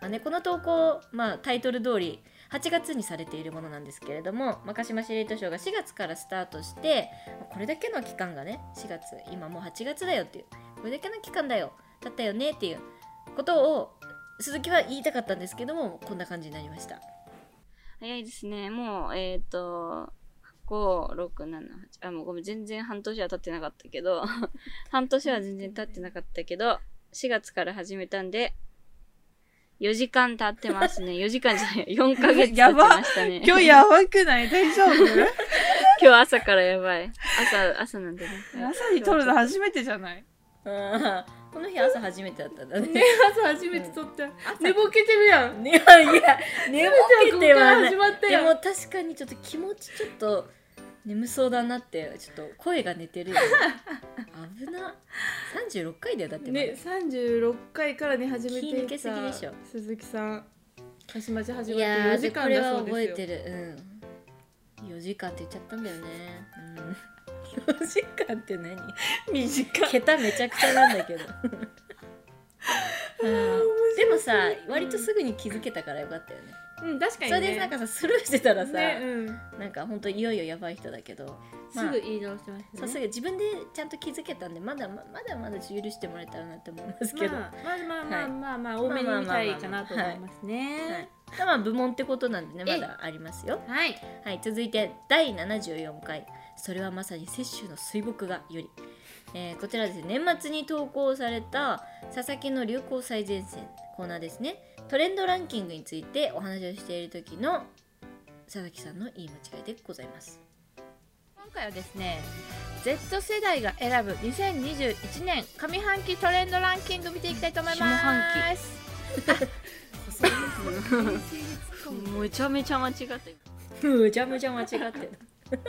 Speaker 2: まあね、この投稿、まあ、タイトル通り8月にされているものなんですけれども、まあ、鹿島司令図書が4月からスタートしてまあこれだけの期間がね4月今もう8月だよっていうこれだけの期間だよだったよねっていうことを鈴木は言いたかったんですけどもこんな感じになりました
Speaker 4: 早いですね。もう、えっ、と、5、6、7、8。あ、もうごめん、全然半年は経ってなかったけど、 半年は全然経ってなかったけど、4月から始めたんで、4時間経ってますね。4時 間じゃない、4ヶ月経ってました ね。
Speaker 5: 今日やばくない大丈夫
Speaker 4: 今日朝からやばい。朝、朝なんでね。
Speaker 5: 朝に撮るの初めてじゃない
Speaker 2: あーこの日朝初めてだったんだね
Speaker 1: ね朝初めて撮った、寝ぼけてるやん
Speaker 2: いやいや寝ぼけてはない
Speaker 1: 始まった
Speaker 2: で
Speaker 1: やん
Speaker 2: も確かにちょっと気持ちちょっと眠そうだなってちょっと声が寝てるよね危な36回だよだってまだ
Speaker 1: ね、三十六回からね始めていた
Speaker 2: 気抜けすぎでしょ
Speaker 1: 鈴木さん、鹿島町始
Speaker 2: い
Speaker 1: まって
Speaker 2: や
Speaker 1: 4
Speaker 2: ーで
Speaker 1: 時
Speaker 2: こ
Speaker 1: 間
Speaker 2: れ
Speaker 1: だ
Speaker 2: は
Speaker 1: そうですよ。
Speaker 2: 覚えてるうん4時間って言っちゃったんだよね、うん、4時間って何
Speaker 1: 短い。
Speaker 2: 桁めちゃくちゃなんだけどうんでもさ割とすぐに気づけたからよかったよね
Speaker 1: うん、確かに
Speaker 2: そ
Speaker 1: ね。
Speaker 2: れでなんかさスルーしてたらさ、
Speaker 1: ね、うん、
Speaker 2: なんかほんといよいよやばい人だけど、ますあ
Speaker 1: ぐ言い直してました
Speaker 2: さす
Speaker 1: ね。
Speaker 2: が自分でちゃんと気づけたんでまだままだまだ許してもらえたらなって思いますけど、
Speaker 1: まあ、まあまあまあまあまあ、
Speaker 2: い
Speaker 1: 多めに見たいかなと思います
Speaker 2: はい
Speaker 1: ね。、
Speaker 2: まあ部門ってことなんでね
Speaker 1: え
Speaker 2: ま
Speaker 1: え
Speaker 2: だありますよ
Speaker 1: はい、
Speaker 2: はい、続いて第74回それはまさに雪舟の水墨画より、えーこちらですね年末に投稿された佐々木の流行最前線コーナーですねトレンドランキングについてお話をしている時の佐々木さんの言い間違いでございます
Speaker 1: 今回はですね Z 世代が選ぶ2021年上半期トレンドランキング見ていきたいと思います
Speaker 4: 下半めちゃめちゃ間違った。
Speaker 2: むちゃむちゃ間違ってる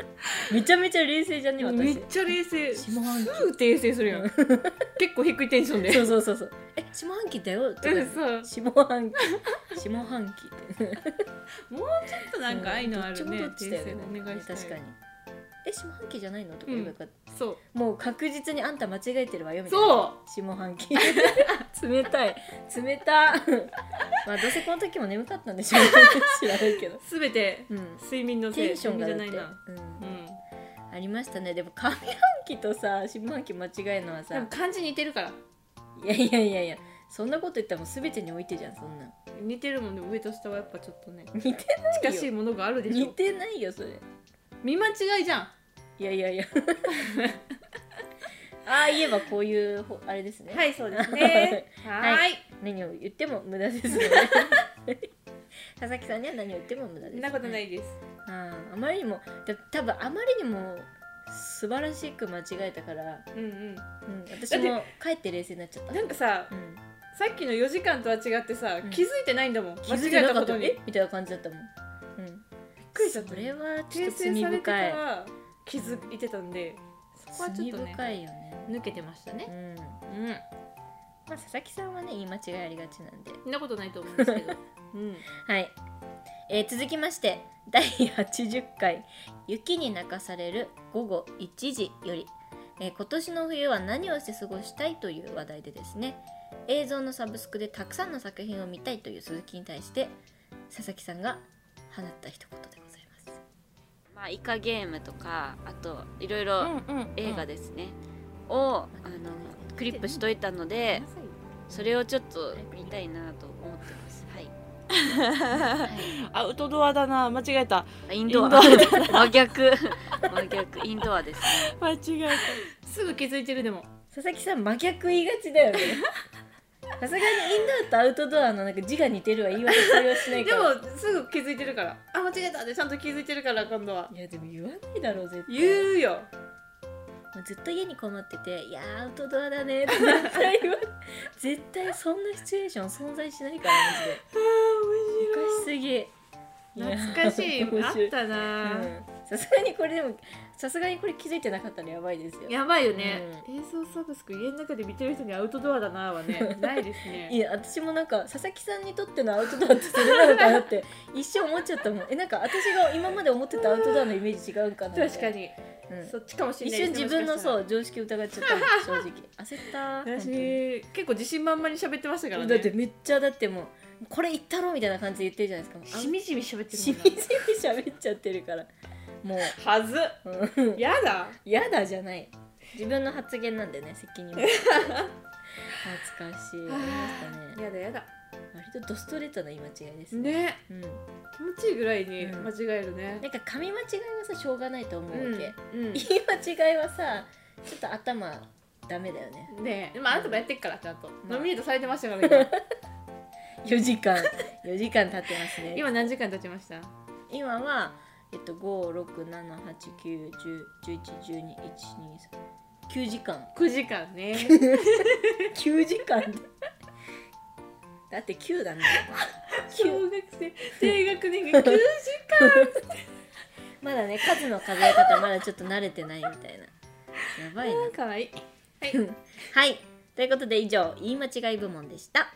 Speaker 2: めちゃめちゃ冷静じゃね私
Speaker 1: めっちゃ冷静す
Speaker 2: 下半期
Speaker 1: ぐ訂正するや ん結構低いテンションで
Speaker 2: そうそうそうそうえ下半期だよって
Speaker 1: うんそう
Speaker 2: 下半期下半期って
Speaker 1: ちょっとなんか愛のあるね
Speaker 2: どっちもどっちだよね
Speaker 1: 訂正お願いしたい
Speaker 2: 確かにえ下半期じゃないの?」とか言えばよかった、
Speaker 1: そう
Speaker 2: もう確実にあんた間違えてるわよみたいな
Speaker 1: そ
Speaker 2: 下半期 冷たい 冷たまあどうせこの時も眠かったんでしょうね知らないけど、
Speaker 1: う全て
Speaker 2: うん、
Speaker 1: 睡眠のせい
Speaker 2: テンションがだって、
Speaker 1: 睡眠じゃないな
Speaker 2: うん
Speaker 1: うん
Speaker 2: ありましたねでも上半期とさ下半期間違えるのは
Speaker 1: でも
Speaker 2: さ
Speaker 1: 漢字似てるから
Speaker 2: いやいやいやいやそんなこと言ったらもう全てにおいてじゃんそんなん
Speaker 1: 似てるもんで上と下はやっぱちょっとね
Speaker 2: 似てないよ
Speaker 1: 近しいものがあるでし
Speaker 2: 似
Speaker 1: ょ
Speaker 2: てないよそれ
Speaker 1: 見間違いじゃん
Speaker 2: いやい やいやああ言えばこういうほあれですね
Speaker 1: はいそうですね
Speaker 2: はい
Speaker 1: はい
Speaker 2: 何を言っても無駄ですので 佐々木さんには何を言っても無駄です、
Speaker 1: そんなことないいです
Speaker 2: ああまりにもで多分あまりにも素晴らしく間違えたから、
Speaker 1: うんうん
Speaker 2: うん、私も帰って冷静になっちゃった
Speaker 1: なんかさ
Speaker 2: うん、
Speaker 1: さっきの4時間とは違ってさ
Speaker 2: うん
Speaker 1: 気づいてないんだもん
Speaker 2: 気
Speaker 1: 間
Speaker 2: づいて
Speaker 1: 違え
Speaker 2: な
Speaker 1: た
Speaker 2: か
Speaker 1: こ
Speaker 2: った
Speaker 1: と
Speaker 2: よ
Speaker 1: に
Speaker 2: えみたいな感じだったもん、うん、びっ
Speaker 1: くりしちゃった
Speaker 2: それはちょっ
Speaker 1: 訂
Speaker 2: と罪
Speaker 1: 正されてか
Speaker 2: 深い
Speaker 1: ら気づいてたんでそこはちょっ
Speaker 2: 罪
Speaker 1: とね
Speaker 2: 深いよね
Speaker 1: 抜けてましたね
Speaker 2: うん
Speaker 1: うん
Speaker 2: まあ佐々木さんはね言い間違いありがちなんで
Speaker 1: そんなことないと思うんですけ どうん
Speaker 2: はい、えー続きまして第80回「雪に泣かされる午後1時」より、えー今年の冬は何をして過ごしたいという話題でですね映像のサブスクでたくさんの作品を見たいという鈴木に対して佐々木さんが放った一言でございます。
Speaker 4: まあ、イカゲームとかあといろいうろ
Speaker 5: んうん
Speaker 4: 映画ですね、をあのクリップしといたのでそれをちょっと見たいなと思ってますはい
Speaker 5: アウトドアだな間違えた
Speaker 4: あインドア
Speaker 5: インド
Speaker 4: 真逆真逆インドアですね
Speaker 5: 間違えた
Speaker 1: すぐ気づいてるでも
Speaker 2: 佐々木さん真逆言いがちだ よねさすがにインドアとアウトドアのなんか字が似てるは言い訳通用しない
Speaker 1: で
Speaker 2: から
Speaker 1: もすぐ気づいてるからあ間違えたでちゃんと気づいてるから今度はい
Speaker 2: やでも言わないだろう絶対
Speaker 1: 言うよ
Speaker 2: もうずっと家にこもってて「いやーアウトドアだね」って 絶対言わ絶対そんなシチュエーション存在しないからマジでおかしすぎ
Speaker 1: 懐かしい
Speaker 2: 面
Speaker 1: あっ
Speaker 2: 白い
Speaker 1: た
Speaker 2: う
Speaker 1: な、
Speaker 2: んさすがにこれでもさすがにこれ気づいてなかったらやばいですよ
Speaker 1: やばいよね、映像サブスク家の中で見てる人にアウトドアだなは ねないです
Speaker 2: い
Speaker 1: ね
Speaker 2: や私もなんか佐々木さんにとってのアウトドアってそれなのかなって 一生思っちゃったもんえなんか私が今まで思ってたアウトドアのイメージ違うんかなみ
Speaker 1: 確
Speaker 2: た
Speaker 1: か
Speaker 2: いな、
Speaker 1: に、
Speaker 2: うん
Speaker 1: そっちかもしれ
Speaker 2: 一
Speaker 1: ないです
Speaker 2: 瞬自分の
Speaker 1: う
Speaker 2: そう常識疑っちゃったもん正直焦った本当に
Speaker 1: 私結構自信満々に喋ってましたからね
Speaker 2: だってめっちゃだってもうこれ言ったろみたいな感じで言ってるじゃないですか
Speaker 1: しみじみ喋って
Speaker 2: し
Speaker 1: る
Speaker 2: み
Speaker 1: もん
Speaker 2: じ
Speaker 1: な
Speaker 2: み喋っちゃってるからも
Speaker 1: はず
Speaker 2: ううん
Speaker 1: やだ
Speaker 2: やだじゃない自分の発言なんでね責任も懐か しいありましたね
Speaker 1: やだやだ
Speaker 2: 割とドストレートな言い間違いですね
Speaker 1: ね
Speaker 2: うん、
Speaker 1: 気持ちいいぐらいに間違えるね
Speaker 2: な、んか噛み間違いはさしょうがないと思うわ
Speaker 1: う
Speaker 2: け、
Speaker 1: ん
Speaker 2: 言
Speaker 1: うん
Speaker 2: い間違いはさちょっと頭ダメだよね
Speaker 1: ねえ、まあ、あなたもやってっからちゃんと、
Speaker 2: まあ
Speaker 1: ノミネートされてましたから
Speaker 2: 4時間4時間経ってますね
Speaker 1: 今今何時間経ちました
Speaker 2: 今は、えっと、567891011121239時間
Speaker 1: ?9 時間 ね
Speaker 2: 9時間でだって9だね
Speaker 1: 小学生低学年が9時
Speaker 2: まだね数の数え方まだちょっと慣れてないみたいなやばいな
Speaker 1: 間かわいい
Speaker 2: はいということで以上言い間違い部門でした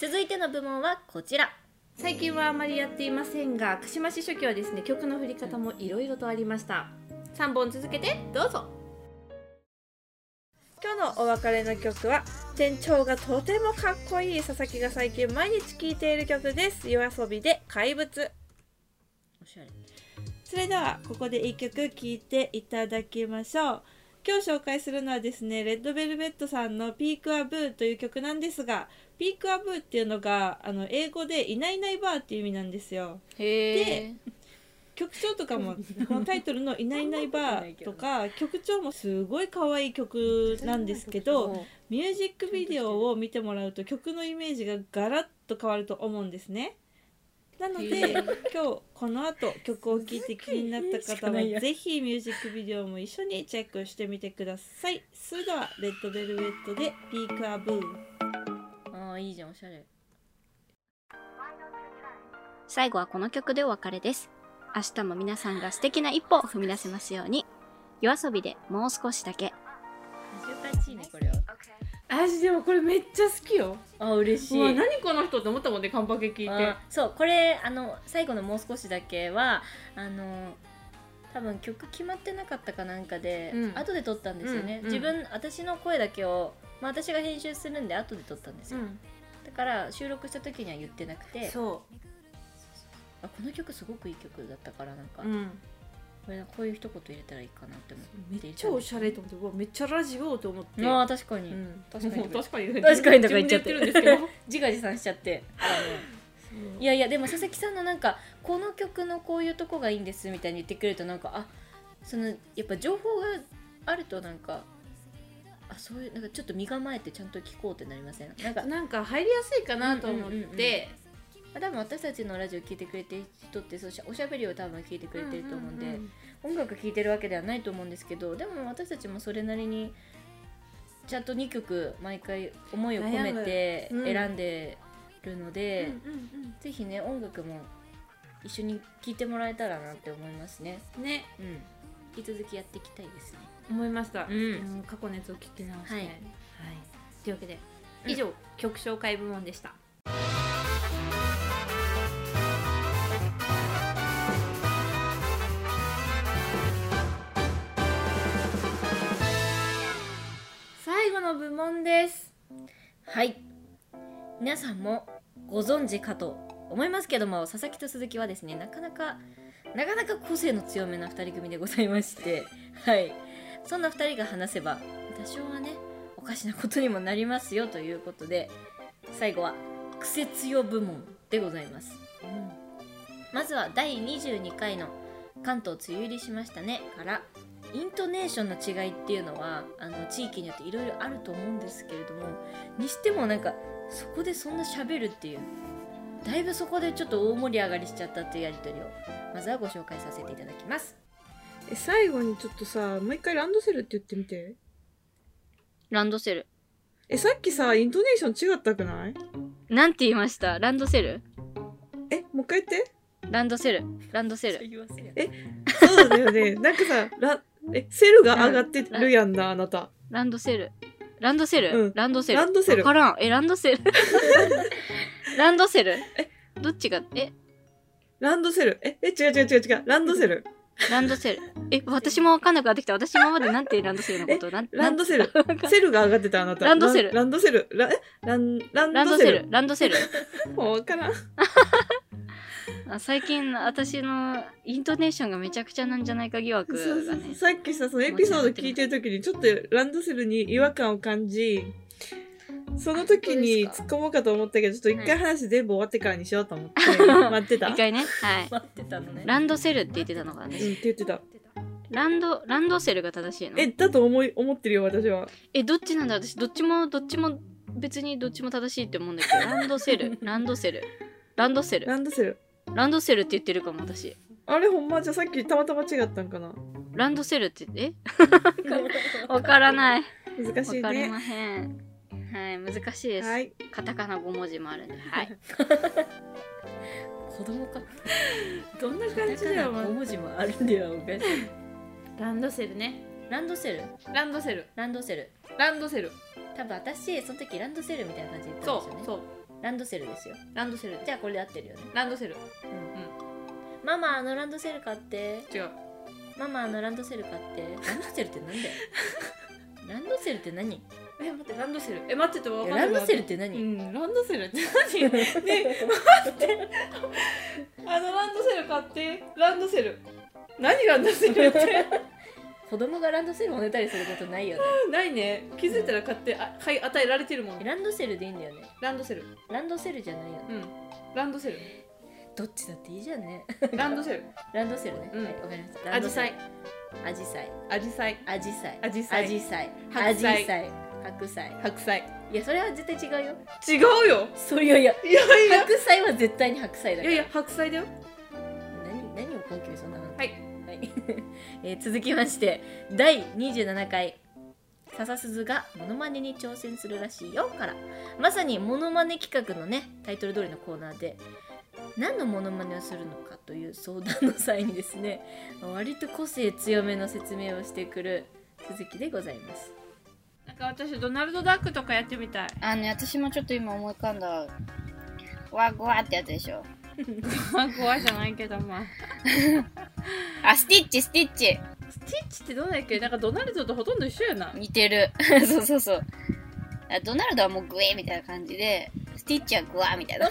Speaker 2: 続いての部門はこちら
Speaker 1: 最近はあまりやっていませんが鹿島市書記はですね曲の振り方もいろいろとありました3本続けてどうぞ
Speaker 5: 今日のお別れの曲は店長がとてもかっこいい佐々木が最近毎日聴いている曲です夜遊びで怪物
Speaker 2: おしゃれ
Speaker 5: それではここで1曲聴いていただきましょう今日紹介するのはですねレッドベルベットさんの「ピーク・ア・ブー」という曲なんですが「ピーク・ア・ブー」っていうのがあの英語で「いないいないバー」っていう意味なんですよ
Speaker 4: へえ
Speaker 5: 曲調とか もこのタイトルの「いないいないバー」とか曲調もすごい可愛い曲なんですけどミュージックビデオを見てもらうと曲のイメージがガラッと変わると思うんですね。なので今日この後曲を聴いて気になった方はぜひミュージックビデオも一緒にチェックしてみてください。それでは「レッドベルベット」で「ピーク・ア・ブー」。
Speaker 2: ああいいじゃんおしゃれ
Speaker 4: 最後はこの曲でお別れです明日も皆さんが素敵な一歩を踏み出せますように夜遊びでもう少しだけ
Speaker 2: 難しいねこれは
Speaker 1: 私でもこれめっちゃ好きよ
Speaker 2: あ嬉し
Speaker 1: うわ
Speaker 2: い
Speaker 1: 何この人って思ったもんねカンパケ聞いて
Speaker 2: あそうこれあの最後のもう少しだけはあの多分曲決まってなかったかなんかで、
Speaker 1: うん
Speaker 2: 後で撮ったんですよね、
Speaker 1: うんうん
Speaker 2: 自分私の声だけを、まあ、私が編集するんで後で撮ったんですよ、だから収録した時には言ってなくて
Speaker 1: そ
Speaker 2: あこの曲すごくいい曲だったからなんか、
Speaker 1: う、うん、
Speaker 2: これこういう一言入れたらいいかなって思
Speaker 1: め
Speaker 2: って
Speaker 1: っちゃおしゃれと思ってうわめっちゃラジオと思って、
Speaker 2: ああー確かに、
Speaker 1: うん、
Speaker 2: 確かに
Speaker 1: もう確かに
Speaker 2: 確かにとか言っちゃ
Speaker 1: 自分で言
Speaker 2: って
Speaker 1: ってるんです
Speaker 2: 自画自賛しちゃっていやいやでも佐々木さんのなんかこの曲のこういうとこがいいんですみたいに言ってくれるとなんかあそのやっぱ情報があるとなんかあそういうなんかちょっと身構えてちゃんと聞こうってなりませんなん
Speaker 1: け
Speaker 2: か
Speaker 1: どなんか入りやすいかなと思って、
Speaker 2: うんうんうんうんあ多分私たちのラジオ聞いてくれてる人ってそうしゃおしゃべりを多分聞いてくれてると思うんで、音楽聴いてるわけではないと思うんですけどでも私たちもそれなりにちゃんと2曲毎回思いを込めて
Speaker 1: 悩むうん
Speaker 2: 選んでるの
Speaker 1: うん
Speaker 2: で、
Speaker 1: うん
Speaker 2: ぜひね音楽も一緒に聴いてもらえたらなって思いますね、
Speaker 1: うんね
Speaker 2: うん、引き続きやっていきたいですね
Speaker 1: 思いました、
Speaker 2: うん
Speaker 1: うん過去のやつを聞き直して、
Speaker 2: はい
Speaker 1: というわけで以上、曲紹介部門でした最後の部門です
Speaker 2: はい皆さんもご存知かと思いますけども佐々木と鈴木はですねなかなかなかなか個性の強めな2人組でございまして はいそんな2人が話せば多少はねおかしなことにもなりますよということで最後は癖強部門でございます、まずは第22回の「関東梅雨入りしましたね」からイントネーションの違いっていうのはあの地域によっていろいろあると思うんですけれどもにしてもなんかそこでそんな喋るっていうだいぶそこでちょっと大盛り上がりしちゃったっていうやり取りをまずはご紹介させていただきます
Speaker 5: え最後にちょっとさもう一回ランドセルって言ってみて
Speaker 4: ランドセル。
Speaker 5: えさっきさイントネーション違ったくない
Speaker 4: なんて言いましたランドセル
Speaker 5: えもう一回言って
Speaker 4: ランドセル。ランドセル。
Speaker 5: そうだよねなんかさラえセルが上がってるやんなあなた
Speaker 4: ランドセル。ランドセル、
Speaker 5: うん
Speaker 4: ランドセル。
Speaker 5: ランドセル
Speaker 4: わからん。え、ランドセ ルランドセルどっちが、え、
Speaker 5: ランドセルええ違う違う違う違うランドセル
Speaker 4: ランドセル。え、私もわかんなくなってきた。私今までなんてランドセルのことなん
Speaker 5: ランドセル
Speaker 4: なんて
Speaker 5: セルが上がってたあなた
Speaker 4: ランドセル
Speaker 5: ランドセルラえランラ
Speaker 4: ラ
Speaker 5: ン
Speaker 4: ン
Speaker 5: ド
Speaker 4: ド
Speaker 5: セ
Speaker 4: セ
Speaker 5: ル
Speaker 4: ル。ランドセル。
Speaker 5: もうわからん
Speaker 4: あ最近、私のイントネーションがめちゃくちゃなんじゃないか疑惑
Speaker 5: そうそ
Speaker 4: が
Speaker 5: うそう
Speaker 4: ね。
Speaker 5: さっきさそのエピソード聞いてる時にちょっとランドセルに違和感を感じその時に突っ込もうかと思ったけどちょっと一回話全部終わってからにしようと思って 待ってた、う
Speaker 4: 一
Speaker 5: ん、って
Speaker 4: 回ね。はい。
Speaker 2: 待ってたのね
Speaker 4: ランドセルって言ってたのがね。
Speaker 5: 言ってた
Speaker 4: ランド、ランドセルが正しいの
Speaker 5: えだと思い思ってるよ私は
Speaker 4: えどっちなんだ私どっちもどっちも別にどっちも正しいって思うんだけどランド セルランドセルランドセル
Speaker 5: ランドセル
Speaker 4: ランドセルって言ってるかも私
Speaker 5: あれほんまじゃあさっきたまたま違ったんかな
Speaker 4: ランドセルって えわからない
Speaker 5: 難し
Speaker 4: わ
Speaker 5: い
Speaker 4: かり
Speaker 5: ね
Speaker 4: ませんはい難しいです、
Speaker 5: はい
Speaker 4: カタカナ5文字もあるんではい
Speaker 2: 子供か
Speaker 1: どんな
Speaker 2: カ
Speaker 1: 感
Speaker 2: タ
Speaker 1: じ
Speaker 2: カ
Speaker 1: だ
Speaker 2: ナ
Speaker 1: よ
Speaker 2: 5文字もあるんだよおかしい
Speaker 1: ランドセルね
Speaker 2: ランドセル
Speaker 1: ランドセル
Speaker 2: ランドセル
Speaker 1: ランドセル
Speaker 2: 多分私その時ランドセルみたいな感じで言ったん
Speaker 1: そ
Speaker 2: ですよね
Speaker 1: うそう
Speaker 2: ランドセルですよ
Speaker 1: ランドセル
Speaker 2: じゃあこれで合ってるよね
Speaker 1: ランドセル
Speaker 2: ママあのランドセル買って
Speaker 1: 違う
Speaker 2: ママあのランドセル買ってランドセルっ てなんだよランドセルって何い
Speaker 1: え待ってランドセルえ待っててわかん
Speaker 2: や
Speaker 1: な
Speaker 2: ラ
Speaker 1: い
Speaker 2: ンドセルって何、
Speaker 1: うんランドセルって何ね
Speaker 5: あのランドセル買ってランドセル何ランドセルって
Speaker 2: 子供がランドセルを寝たりすることないよね
Speaker 5: ないね
Speaker 1: 気づいたら買ってあ買い与えられてるもん
Speaker 2: えランドセルでいいんだよね
Speaker 1: ランドセル
Speaker 2: ランドセルじゃないよね
Speaker 1: うんランドセル
Speaker 2: どっちだっていいじゃんね
Speaker 1: ランドセル
Speaker 2: ランドセルね、
Speaker 1: うん
Speaker 2: はいわかりました
Speaker 1: アジサイ
Speaker 2: アジサイ
Speaker 1: アジサイ
Speaker 2: アジサイ
Speaker 1: アジサイ
Speaker 2: アジサイ
Speaker 1: 白菜
Speaker 2: アジサイ白菜
Speaker 1: 白菜
Speaker 2: いやそれは絶対違うよ
Speaker 1: 違うよ
Speaker 2: そういやいや
Speaker 1: いやいや
Speaker 2: 白菜は絶対に白菜だ
Speaker 1: い
Speaker 2: か
Speaker 1: や
Speaker 2: ら
Speaker 1: いや白菜だよ
Speaker 2: 何何を根拠にそんな話
Speaker 1: はい、
Speaker 2: はい えー続きまして第27回笹鈴がモノマネに挑戦するらしいよからまさにモノマネ企画のねタイトル通りのコーナーで何のモノマネをするのかという相談の際にですね割と個性強めの説明をしてくる鈴木でございます
Speaker 1: なんか私ドナルドダックとかやってみ たい
Speaker 4: あのね、私もちょっと今思い浮かんだ。ゴワゴワってやつでしょ。
Speaker 1: まあ怖いじゃないけどまあ
Speaker 4: あ、スティッチ、スティッチ。
Speaker 1: スティッチってどうだっけなんかドナルドとほとんど一緒やな
Speaker 4: 似てる。 そうそうそう。あドナルドはもうグエーみたいな感じで、スティッチはグワーみたいな。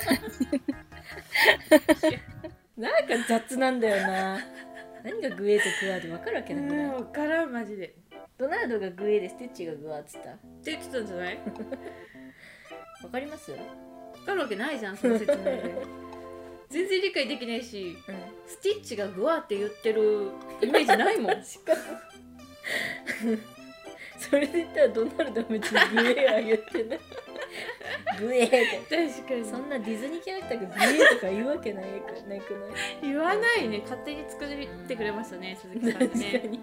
Speaker 2: なんか雑なんだよな。 何がグエーとグワーで分かるわけなくない。
Speaker 1: 分からんマジで
Speaker 2: ドナルドがグエーでスティッチがグワーっつった。
Speaker 1: って言ってたんじゃない
Speaker 2: わかりますうん。
Speaker 7: 分かるわけないじゃんその説明で全然理解できないしスティッチがグワーって言ってるイメージないもん
Speaker 2: それで言ったらドナルドも別にグエーは言ってない。グエーって。
Speaker 1: 確か
Speaker 2: そんなディズニーキャラクターがグエーとか言うわけないくないくない
Speaker 1: 言わないね勝手に作ってくれましたね鈴木さん
Speaker 2: 確 か
Speaker 1: ね
Speaker 2: に。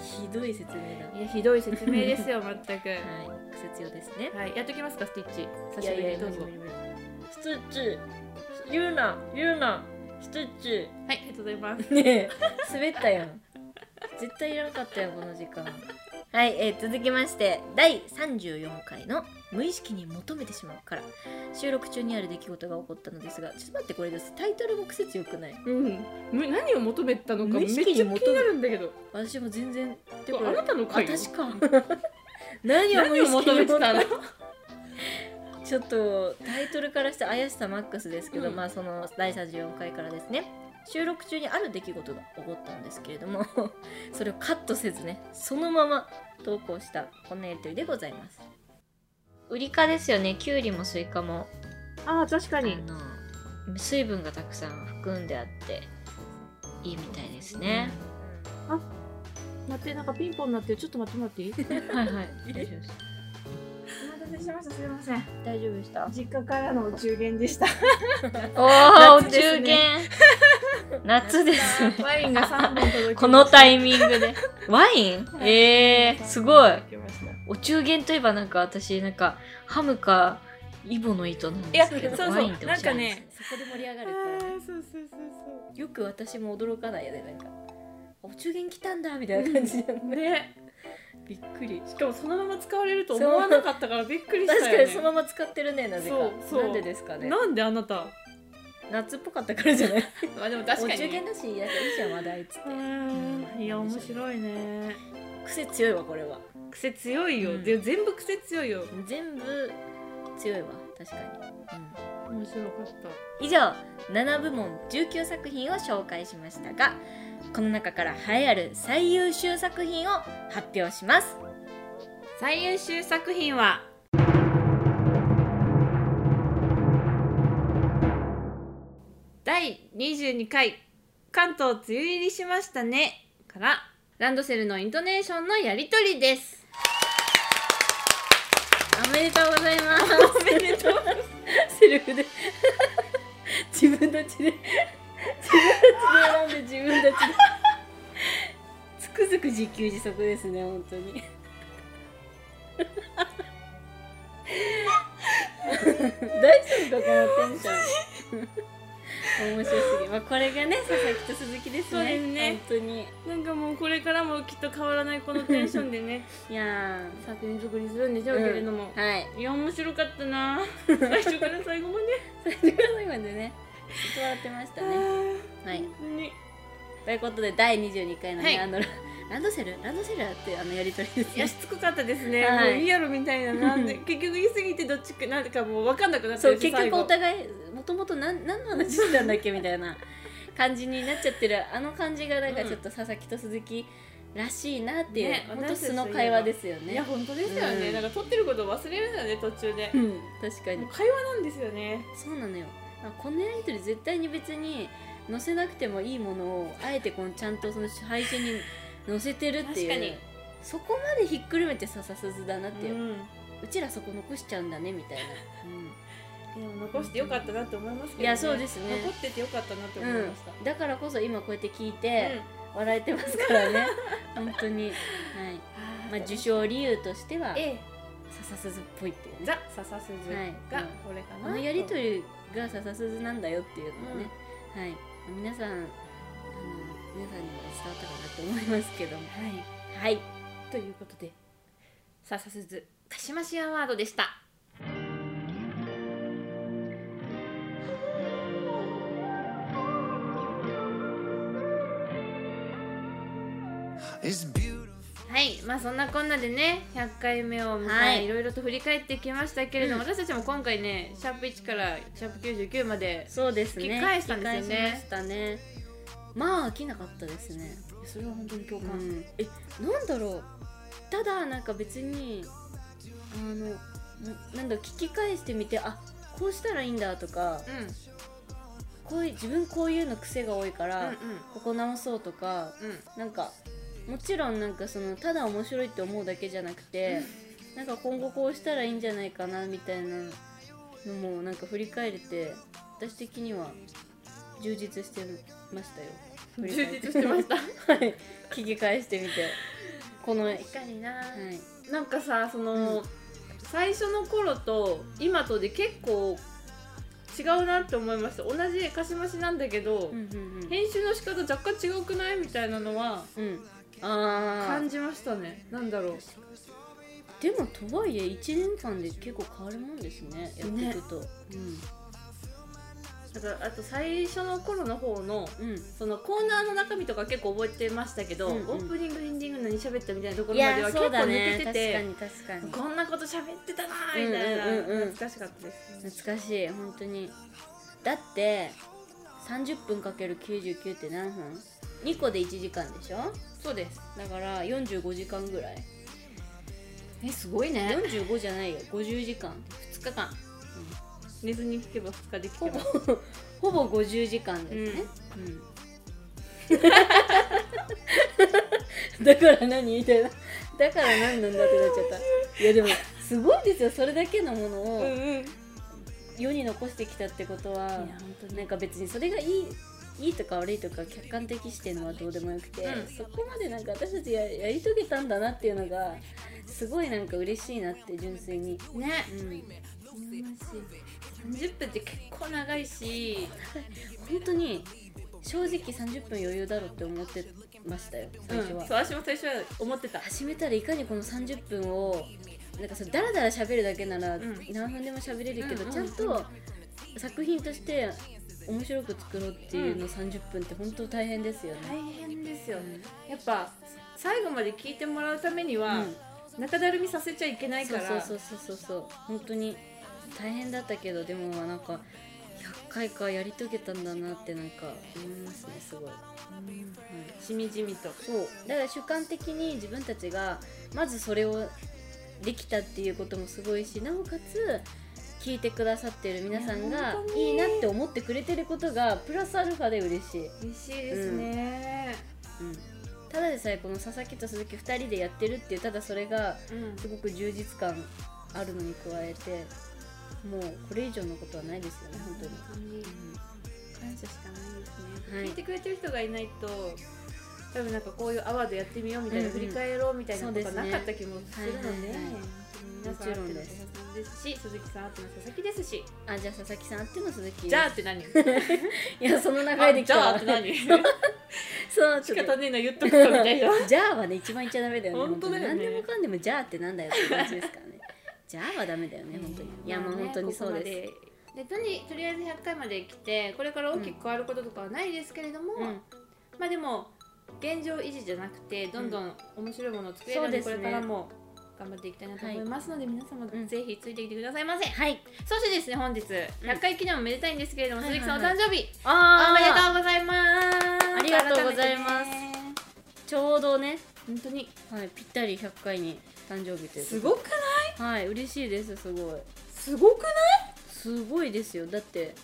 Speaker 2: ひどい説明だ。
Speaker 1: いやひどい説明ですよ全く
Speaker 2: はい、苦節用ですね。
Speaker 1: はいやっときますかスティッチ久
Speaker 2: い
Speaker 1: し
Speaker 2: や
Speaker 1: ぶ
Speaker 2: い
Speaker 1: り
Speaker 2: や
Speaker 1: にどうぞ
Speaker 2: 無理無理無理スティッチ、言うな、言うな、スティッチ。
Speaker 1: はいありがとうございます
Speaker 2: ねえ、滑ったよ。絶対いらなかったよ、この時間。はい、えー続きまして、第34回の無意識に求めてしまうから。収録中にある出来事が起こったのですが、ちょっと待って、これです。タイトルも癖強くない。
Speaker 1: うんむ何を求めたのかめ
Speaker 2: 無意
Speaker 1: っち
Speaker 2: 識
Speaker 1: ゃ気
Speaker 2: に求め
Speaker 1: になるんだけど
Speaker 2: 私も全然。で、
Speaker 1: あなたの
Speaker 2: あ、
Speaker 1: 回よ
Speaker 2: 確か。何を無
Speaker 1: 何
Speaker 2: 意
Speaker 1: を
Speaker 2: 識に
Speaker 1: 求めてたの
Speaker 2: ちょっとタイトルからして怪しさマックスですけど、
Speaker 1: うん
Speaker 2: まあその第34回からですね収録中にある出来事が起こったんですけれども それをカットせずねそのまま投稿したこんなやりとりでございますウリ科ですよねキュウリもスイカも
Speaker 5: ああ確か
Speaker 2: あの水分がたくさん含んであっていいみたいですね、
Speaker 1: 待ってなんかピンポンになってるちょっと待って待っていい
Speaker 2: はい はい大丈夫です
Speaker 5: お待たせしましたすい ません
Speaker 2: 大丈夫でした
Speaker 5: 実家からのお中元でした
Speaker 2: おお、
Speaker 5: 夏です
Speaker 2: 中
Speaker 5: ね
Speaker 2: 堅夏ですね
Speaker 5: ワインが3本届きました
Speaker 2: このタイミングで。 ワインええー、すごい。
Speaker 5: 届きました
Speaker 2: お中元といえばなんか私、なんか、ハムか、イボの糸なん
Speaker 1: いや
Speaker 2: です
Speaker 1: そ
Speaker 2: け
Speaker 1: う
Speaker 2: ど、
Speaker 1: そう
Speaker 2: ワインってお
Speaker 1: なん
Speaker 2: しゃ
Speaker 1: か
Speaker 2: れです
Speaker 1: ね。
Speaker 2: そこで盛り上が
Speaker 1: あ
Speaker 2: るから、
Speaker 1: ーそうそうそうそ
Speaker 2: よく私も驚かないよね、なんか。お中元来たんだみたいな感じだ
Speaker 1: う
Speaker 2: ね。
Speaker 1: ね
Speaker 2: びっくり。
Speaker 1: しかもそのまま使われると思わなかったからびっくりし
Speaker 2: 確
Speaker 1: た
Speaker 2: か
Speaker 1: よ
Speaker 2: にそ
Speaker 1: ね
Speaker 2: のまま使ってるね、なぜか
Speaker 1: そう。そう
Speaker 2: なんでですかね。
Speaker 1: なんであなた
Speaker 2: 夏っぽかったからじゃない
Speaker 1: まあでも
Speaker 2: お中元だし、なんかいいじゃん、話題っつって。
Speaker 1: いや面白いね
Speaker 2: 癖強いわ、これは。
Speaker 1: 癖強いよ、
Speaker 2: うん
Speaker 1: で全部癖強いよ
Speaker 2: 全部強いわ、確かに。うん
Speaker 1: 面白かった
Speaker 2: 以上7部門19作品を紹介しましたがこの中から栄えある最優秀作品を発表します
Speaker 1: 最優秀作品は第22回関東梅雨入りしましたねから
Speaker 7: ランドセルのイントネーションのやりとりです
Speaker 2: おめでとうございますおめでとうセルフで自分たちで自分たちで選んで自分たちでつくづく自給自足ですね本当に 大丈夫かこのテンション面白すぎまあこれがね佐々木と鈴木です
Speaker 1: そ
Speaker 2: ね
Speaker 1: うですね
Speaker 2: 本当に
Speaker 1: なんかもうこれからもきっと変わらないこのテンションでね
Speaker 2: いや
Speaker 1: 作品作りするんでしょうけれども、
Speaker 2: ーはい
Speaker 1: いや面白かったな 最初から最後まで
Speaker 2: 最後までねずっと笑ってましたねはい
Speaker 1: ね
Speaker 2: ということで第22回の、ね
Speaker 1: はい
Speaker 2: あのランドセルランドセルっていうあのやり取りです
Speaker 1: いや
Speaker 2: ね
Speaker 1: しつこかったですね、
Speaker 2: はい
Speaker 1: もういいやろみたいななんで結局言い過ぎてどっちかなんかもう分かんなくなった
Speaker 2: そう
Speaker 1: し
Speaker 2: 結
Speaker 1: 最
Speaker 2: 局
Speaker 1: 後
Speaker 2: お互いもともと何何の話してたんだっけみたいな感じになっちゃってるあの感じがなんか
Speaker 1: うん
Speaker 2: ちょっと佐々木と鈴木らしいなっていう、
Speaker 1: ね
Speaker 2: 本当
Speaker 1: 私たち
Speaker 2: 素
Speaker 1: と
Speaker 2: の会話ですよ
Speaker 1: いや
Speaker 2: ね
Speaker 1: 本当ですよね、
Speaker 2: うん
Speaker 1: なんか撮ってることを忘れるんだよね途中で
Speaker 2: う、ん確か
Speaker 1: も
Speaker 2: に
Speaker 1: う会話なんですよね
Speaker 2: そうなのよあこのやり取り絶対に別に載せなくてもいいものをあえてこのちゃんとその配信に載せてるっていう
Speaker 1: 確かに
Speaker 2: そこまでひっくるめてささすずだなっていうう、うんちらそこ残しちゃうんだねみたいな、 うん
Speaker 1: いや残してよかったなと思いますけど、ね、
Speaker 2: いやそうですね
Speaker 1: 残っててよかったなと思いました、
Speaker 2: うん、だからこそ今こうやって聞いうて笑えてますから ね本当に、はいまあ、受賞理由としては
Speaker 1: え
Speaker 2: 笹鈴っぽいっていうね
Speaker 1: ザ・ササスズ
Speaker 2: はい
Speaker 1: がこれかな、
Speaker 2: あのやり
Speaker 1: り
Speaker 2: 取りが笹鈴なんだよっていうのはね、はい皆さんあの皆さんにも伝わったかなと思いますけどもはい、はい、
Speaker 1: ということで笹鈴かしましアワードでしたはいまあそんなこんなでね100回目を迎え、
Speaker 4: はい
Speaker 1: い、ろいろと振り返ってきましたけれども、私たちも今回ねシャープ1からシャープ99まで
Speaker 4: そうですね
Speaker 1: 聞き返したんですよね
Speaker 4: 聞き返しましたねまあ飽きなかったですね
Speaker 1: それは本当に共
Speaker 4: う
Speaker 1: 感、
Speaker 4: ん、えなんだろうただなんか別にあのななんだろう聞き返してみてあこうしたらいいんだとか
Speaker 1: うん、うん
Speaker 4: こういう自分こういうの癖が多いから、ここ直そうとか
Speaker 1: うん
Speaker 4: なんかもちろんなんかそのただ面白いって思うだけじゃなくて、なんか今後こうしたらいいんじゃないかなみたいなのもなんか振り返れて私的には充実してましたよ
Speaker 1: う
Speaker 4: 振
Speaker 1: ん
Speaker 4: り
Speaker 1: 充
Speaker 4: 返って
Speaker 1: 実してました
Speaker 4: はい聞き返してみてこのはい
Speaker 1: 確かにな、なんかさその、
Speaker 4: うん
Speaker 1: 最初の頃と今とで結構違うなって思いました同じかしましなんだけど、
Speaker 4: うんうんうん
Speaker 1: 編集の仕方若干違うくないみたいなのは
Speaker 4: うんあ
Speaker 1: 感
Speaker 4: ー
Speaker 1: じましたねなんだろう
Speaker 4: でもとはいえ1年間で結構変わるもんですねやっていくと、
Speaker 1: だからあと最初の頃の方の
Speaker 4: うん
Speaker 1: そのコーナーの中身とか結構覚えてましたけど、
Speaker 4: うんうん
Speaker 1: オープニングエンディング何喋ったみたいなとこ
Speaker 4: い
Speaker 1: ろまで
Speaker 4: や
Speaker 1: は結
Speaker 4: そ
Speaker 1: 構
Speaker 4: うだ
Speaker 1: 抜
Speaker 4: ね
Speaker 1: けて
Speaker 4: 確
Speaker 1: て、
Speaker 4: かに確かに
Speaker 1: こんなこと喋ってたなーみたいな、
Speaker 4: うんうんうんうん
Speaker 1: 懐かしかったです
Speaker 4: 懐かしい本当にだって30分かける99って何分 ?2 個で1時間でしょ
Speaker 1: そうです
Speaker 4: だから45時間ぐらい
Speaker 1: えすごいね
Speaker 4: 45じゃないよ50時間
Speaker 1: 2日間、寝ずに聞けば2日で聞けば
Speaker 4: ほぼ50時間ですね、 だから何みたいなだから何なんだってなっちゃったいやでもすごいですよそれだけのものを世に残してきたってことはなんか別にそれがいいいいとか悪いとか客観的視点はどうでもよくて、
Speaker 1: うん
Speaker 4: そこまでなんか私たちややり遂げたんだなっていうのがすごいなんか嬉しいなって純粋に、
Speaker 1: ね
Speaker 4: うん、
Speaker 1: 30分って結構長いし
Speaker 4: 本当に正直30分余裕だろって思ってましたよ最初は、
Speaker 1: うん、そう私も最初は思ってた
Speaker 4: 始めたらいかにこの30分をなんかそれダラダラ喋るだけなら
Speaker 1: ん
Speaker 4: 何分でも喋れるけど、
Speaker 1: うんうん
Speaker 4: ちゃんと作品として面白く作ろうっていうの30分って本当大変ですよね。
Speaker 1: 大変ですよねやっぱ最後まで聞いてもらうためには、
Speaker 4: うん
Speaker 1: 中だるみさせちゃいけない
Speaker 4: そ
Speaker 1: か
Speaker 4: う
Speaker 1: ら
Speaker 4: そうそうそうそうそう本当に大変だったけどでもなんか100回かやり遂げたんだなってなんか思いますねすごい、はい
Speaker 1: しみじみと
Speaker 4: そうだから主観的に自分たちがまずそれをできたっていうこともすごいしなおかつ聞いてくださってる皆さん
Speaker 1: いや
Speaker 4: が
Speaker 1: 本当に
Speaker 4: いいなって思ってくれてることがプラスアルファで嬉しい、うん、
Speaker 1: 嬉しいですね、
Speaker 4: ただでさえこの佐々木と鈴木2人でやってるっていうただそれが
Speaker 1: うん
Speaker 4: すごく充実感あるのに加えてもうこれ以上のことはないですよね本当に
Speaker 1: 本当に感謝しかないですね、
Speaker 4: はい
Speaker 1: 聞いてくれてる人がいないと多分なんかこういうアワードやってみようみたいな、
Speaker 4: うんうん
Speaker 1: 振り返ろうみたいな
Speaker 4: そ
Speaker 1: こ
Speaker 4: う
Speaker 1: と
Speaker 4: です
Speaker 1: が
Speaker 4: ね
Speaker 1: なかった気もするので、
Speaker 4: はいはいはい
Speaker 1: 皆さんあっての
Speaker 4: もちろん
Speaker 1: 佐々木
Speaker 4: です
Speaker 1: さんですし鈴木さんあっての佐々木ですし
Speaker 4: あじゃあ佐々木さんあっての鈴木
Speaker 1: じゃあって 何
Speaker 4: いや その流れで来たわ
Speaker 1: あじゃあって何
Speaker 4: そう
Speaker 1: 仕
Speaker 4: ちょっと
Speaker 1: 方ねえな言っとくかみたいな
Speaker 4: じゃあはね一番言っちゃダメだよね
Speaker 1: 本当だよね
Speaker 4: 本に何でもかんでもじゃあってなんだよって感じですからね じゃあはダメだよね本当にいやもう本当にそうです、
Speaker 1: すでとにとりあえず100回まで来てこれから大きく変わることとかはないですけれども、
Speaker 4: うん
Speaker 1: まあでも現状維持じゃなくてどんどん面白いものを作れる
Speaker 4: そ
Speaker 1: の
Speaker 4: う
Speaker 1: で,、
Speaker 4: ですね
Speaker 1: これからも頑張っていきたいなと思いますので、皆様
Speaker 4: うん
Speaker 1: ぜひついてきてくださいませ、
Speaker 4: はい
Speaker 1: そしてですね本日100回記念もめでたいんですけれども、
Speaker 4: はい
Speaker 1: 鈴木さんお
Speaker 4: はい
Speaker 1: 誕生日、
Speaker 4: あ
Speaker 1: おめで
Speaker 4: あ
Speaker 1: とうございます
Speaker 4: ありがとうござい
Speaker 1: 改
Speaker 4: ます
Speaker 1: めてね
Speaker 4: ちょうどね、
Speaker 1: 本当に
Speaker 4: はい、ぴったり100回に誕生日という
Speaker 1: す
Speaker 4: い
Speaker 1: ごくない
Speaker 4: はい嬉しいですすごい
Speaker 1: すごくない
Speaker 4: すごいですよだって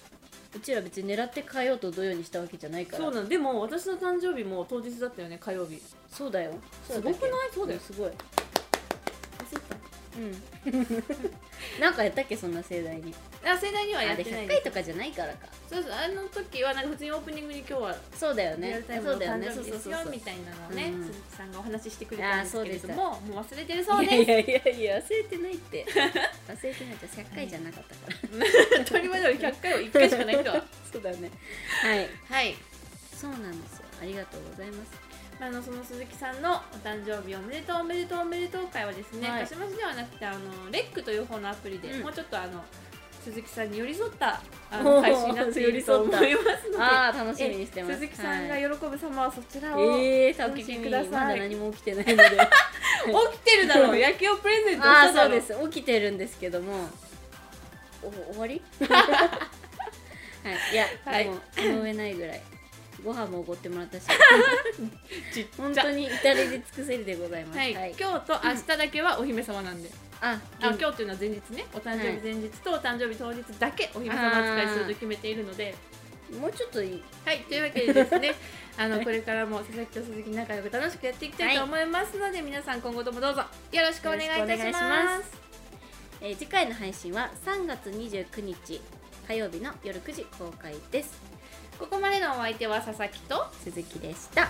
Speaker 4: うちら別に狙って変えようと同様にしたわけじゃないから
Speaker 1: そうなのでも私の誕生日も当日だったよね火曜日
Speaker 4: そうだよ
Speaker 1: すごくないそうだよ
Speaker 4: んすごいうんなんか やったっけそんな盛大に
Speaker 1: あ盛大には
Speaker 4: あ
Speaker 1: やっ
Speaker 4: れ
Speaker 1: てないで
Speaker 4: 100回
Speaker 1: す
Speaker 4: とかじゃないからか
Speaker 1: そうそうあの時はなんか普通にオープニングに今日は
Speaker 4: そうだよ
Speaker 1: リア
Speaker 4: ね
Speaker 1: ルタイム
Speaker 4: そ
Speaker 1: の
Speaker 4: うだよ
Speaker 1: 誕
Speaker 4: ね
Speaker 1: 生
Speaker 4: そう
Speaker 1: 日
Speaker 4: そ
Speaker 1: で
Speaker 4: う
Speaker 1: す
Speaker 4: そう
Speaker 1: よ
Speaker 4: そう
Speaker 1: みたいなのをね、
Speaker 4: うん
Speaker 1: 鈴木さんがお話ししてくれたんですけれども
Speaker 4: あ
Speaker 1: もう忘れてるそう
Speaker 4: い
Speaker 1: です
Speaker 4: やいやいやいや忘れてないって忘れてないって100回じゃなかったから、
Speaker 1: 当たり前だよ100回を1回しかない人は
Speaker 4: そうだねはい
Speaker 1: はい
Speaker 4: そうなんですよありがとうございます
Speaker 1: あのその鈴木さんのお誕生日おめでとうおめでとうおめでとう会はですね、
Speaker 4: はい
Speaker 1: 鹿島市ではなくてあのレックという方のアプリで、
Speaker 4: うん
Speaker 1: もうちょっとあの鈴木さんに寄り添ったあの配信になっていると思います
Speaker 4: ああ楽しみにして
Speaker 1: の
Speaker 4: ま
Speaker 1: で、
Speaker 4: す
Speaker 1: 鈴木さんが
Speaker 4: はい
Speaker 1: 喜ぶ様はそちらを、
Speaker 4: えー、さ
Speaker 1: お
Speaker 4: っ
Speaker 1: 聞
Speaker 4: き
Speaker 1: き
Speaker 4: 君
Speaker 1: く
Speaker 4: ま
Speaker 1: ださい
Speaker 4: だ何も起きてないのであ
Speaker 1: 起きてるだ ろう野球をプレゼントした
Speaker 4: あ
Speaker 1: だろ
Speaker 4: そうです起きてるんですけどもお終わりはいいや、
Speaker 1: はい
Speaker 4: でもその上ないぐらいご飯もおごっても らったし本当に至れり尽くせりでございます
Speaker 1: はい、今日と明日だけはお姫様なんで、
Speaker 4: あ
Speaker 1: あ今日というのは前日ねお誕生日前日とお誕生日当日だけお姫様扱いすると決めているので
Speaker 4: もうちょっといい
Speaker 1: はい、というわけでですね、 あのこれからも佐々木と鈴木仲良く楽しくやっていきたいと思いますので、皆さん今後ともどうぞよろしくお願いいたし
Speaker 4: よ
Speaker 1: ま。
Speaker 4: ろしくお願いしますえー次回の配信は3月29日火曜日の夜9時公開です
Speaker 1: ここまでのお相手は佐々木と
Speaker 4: 鈴木でした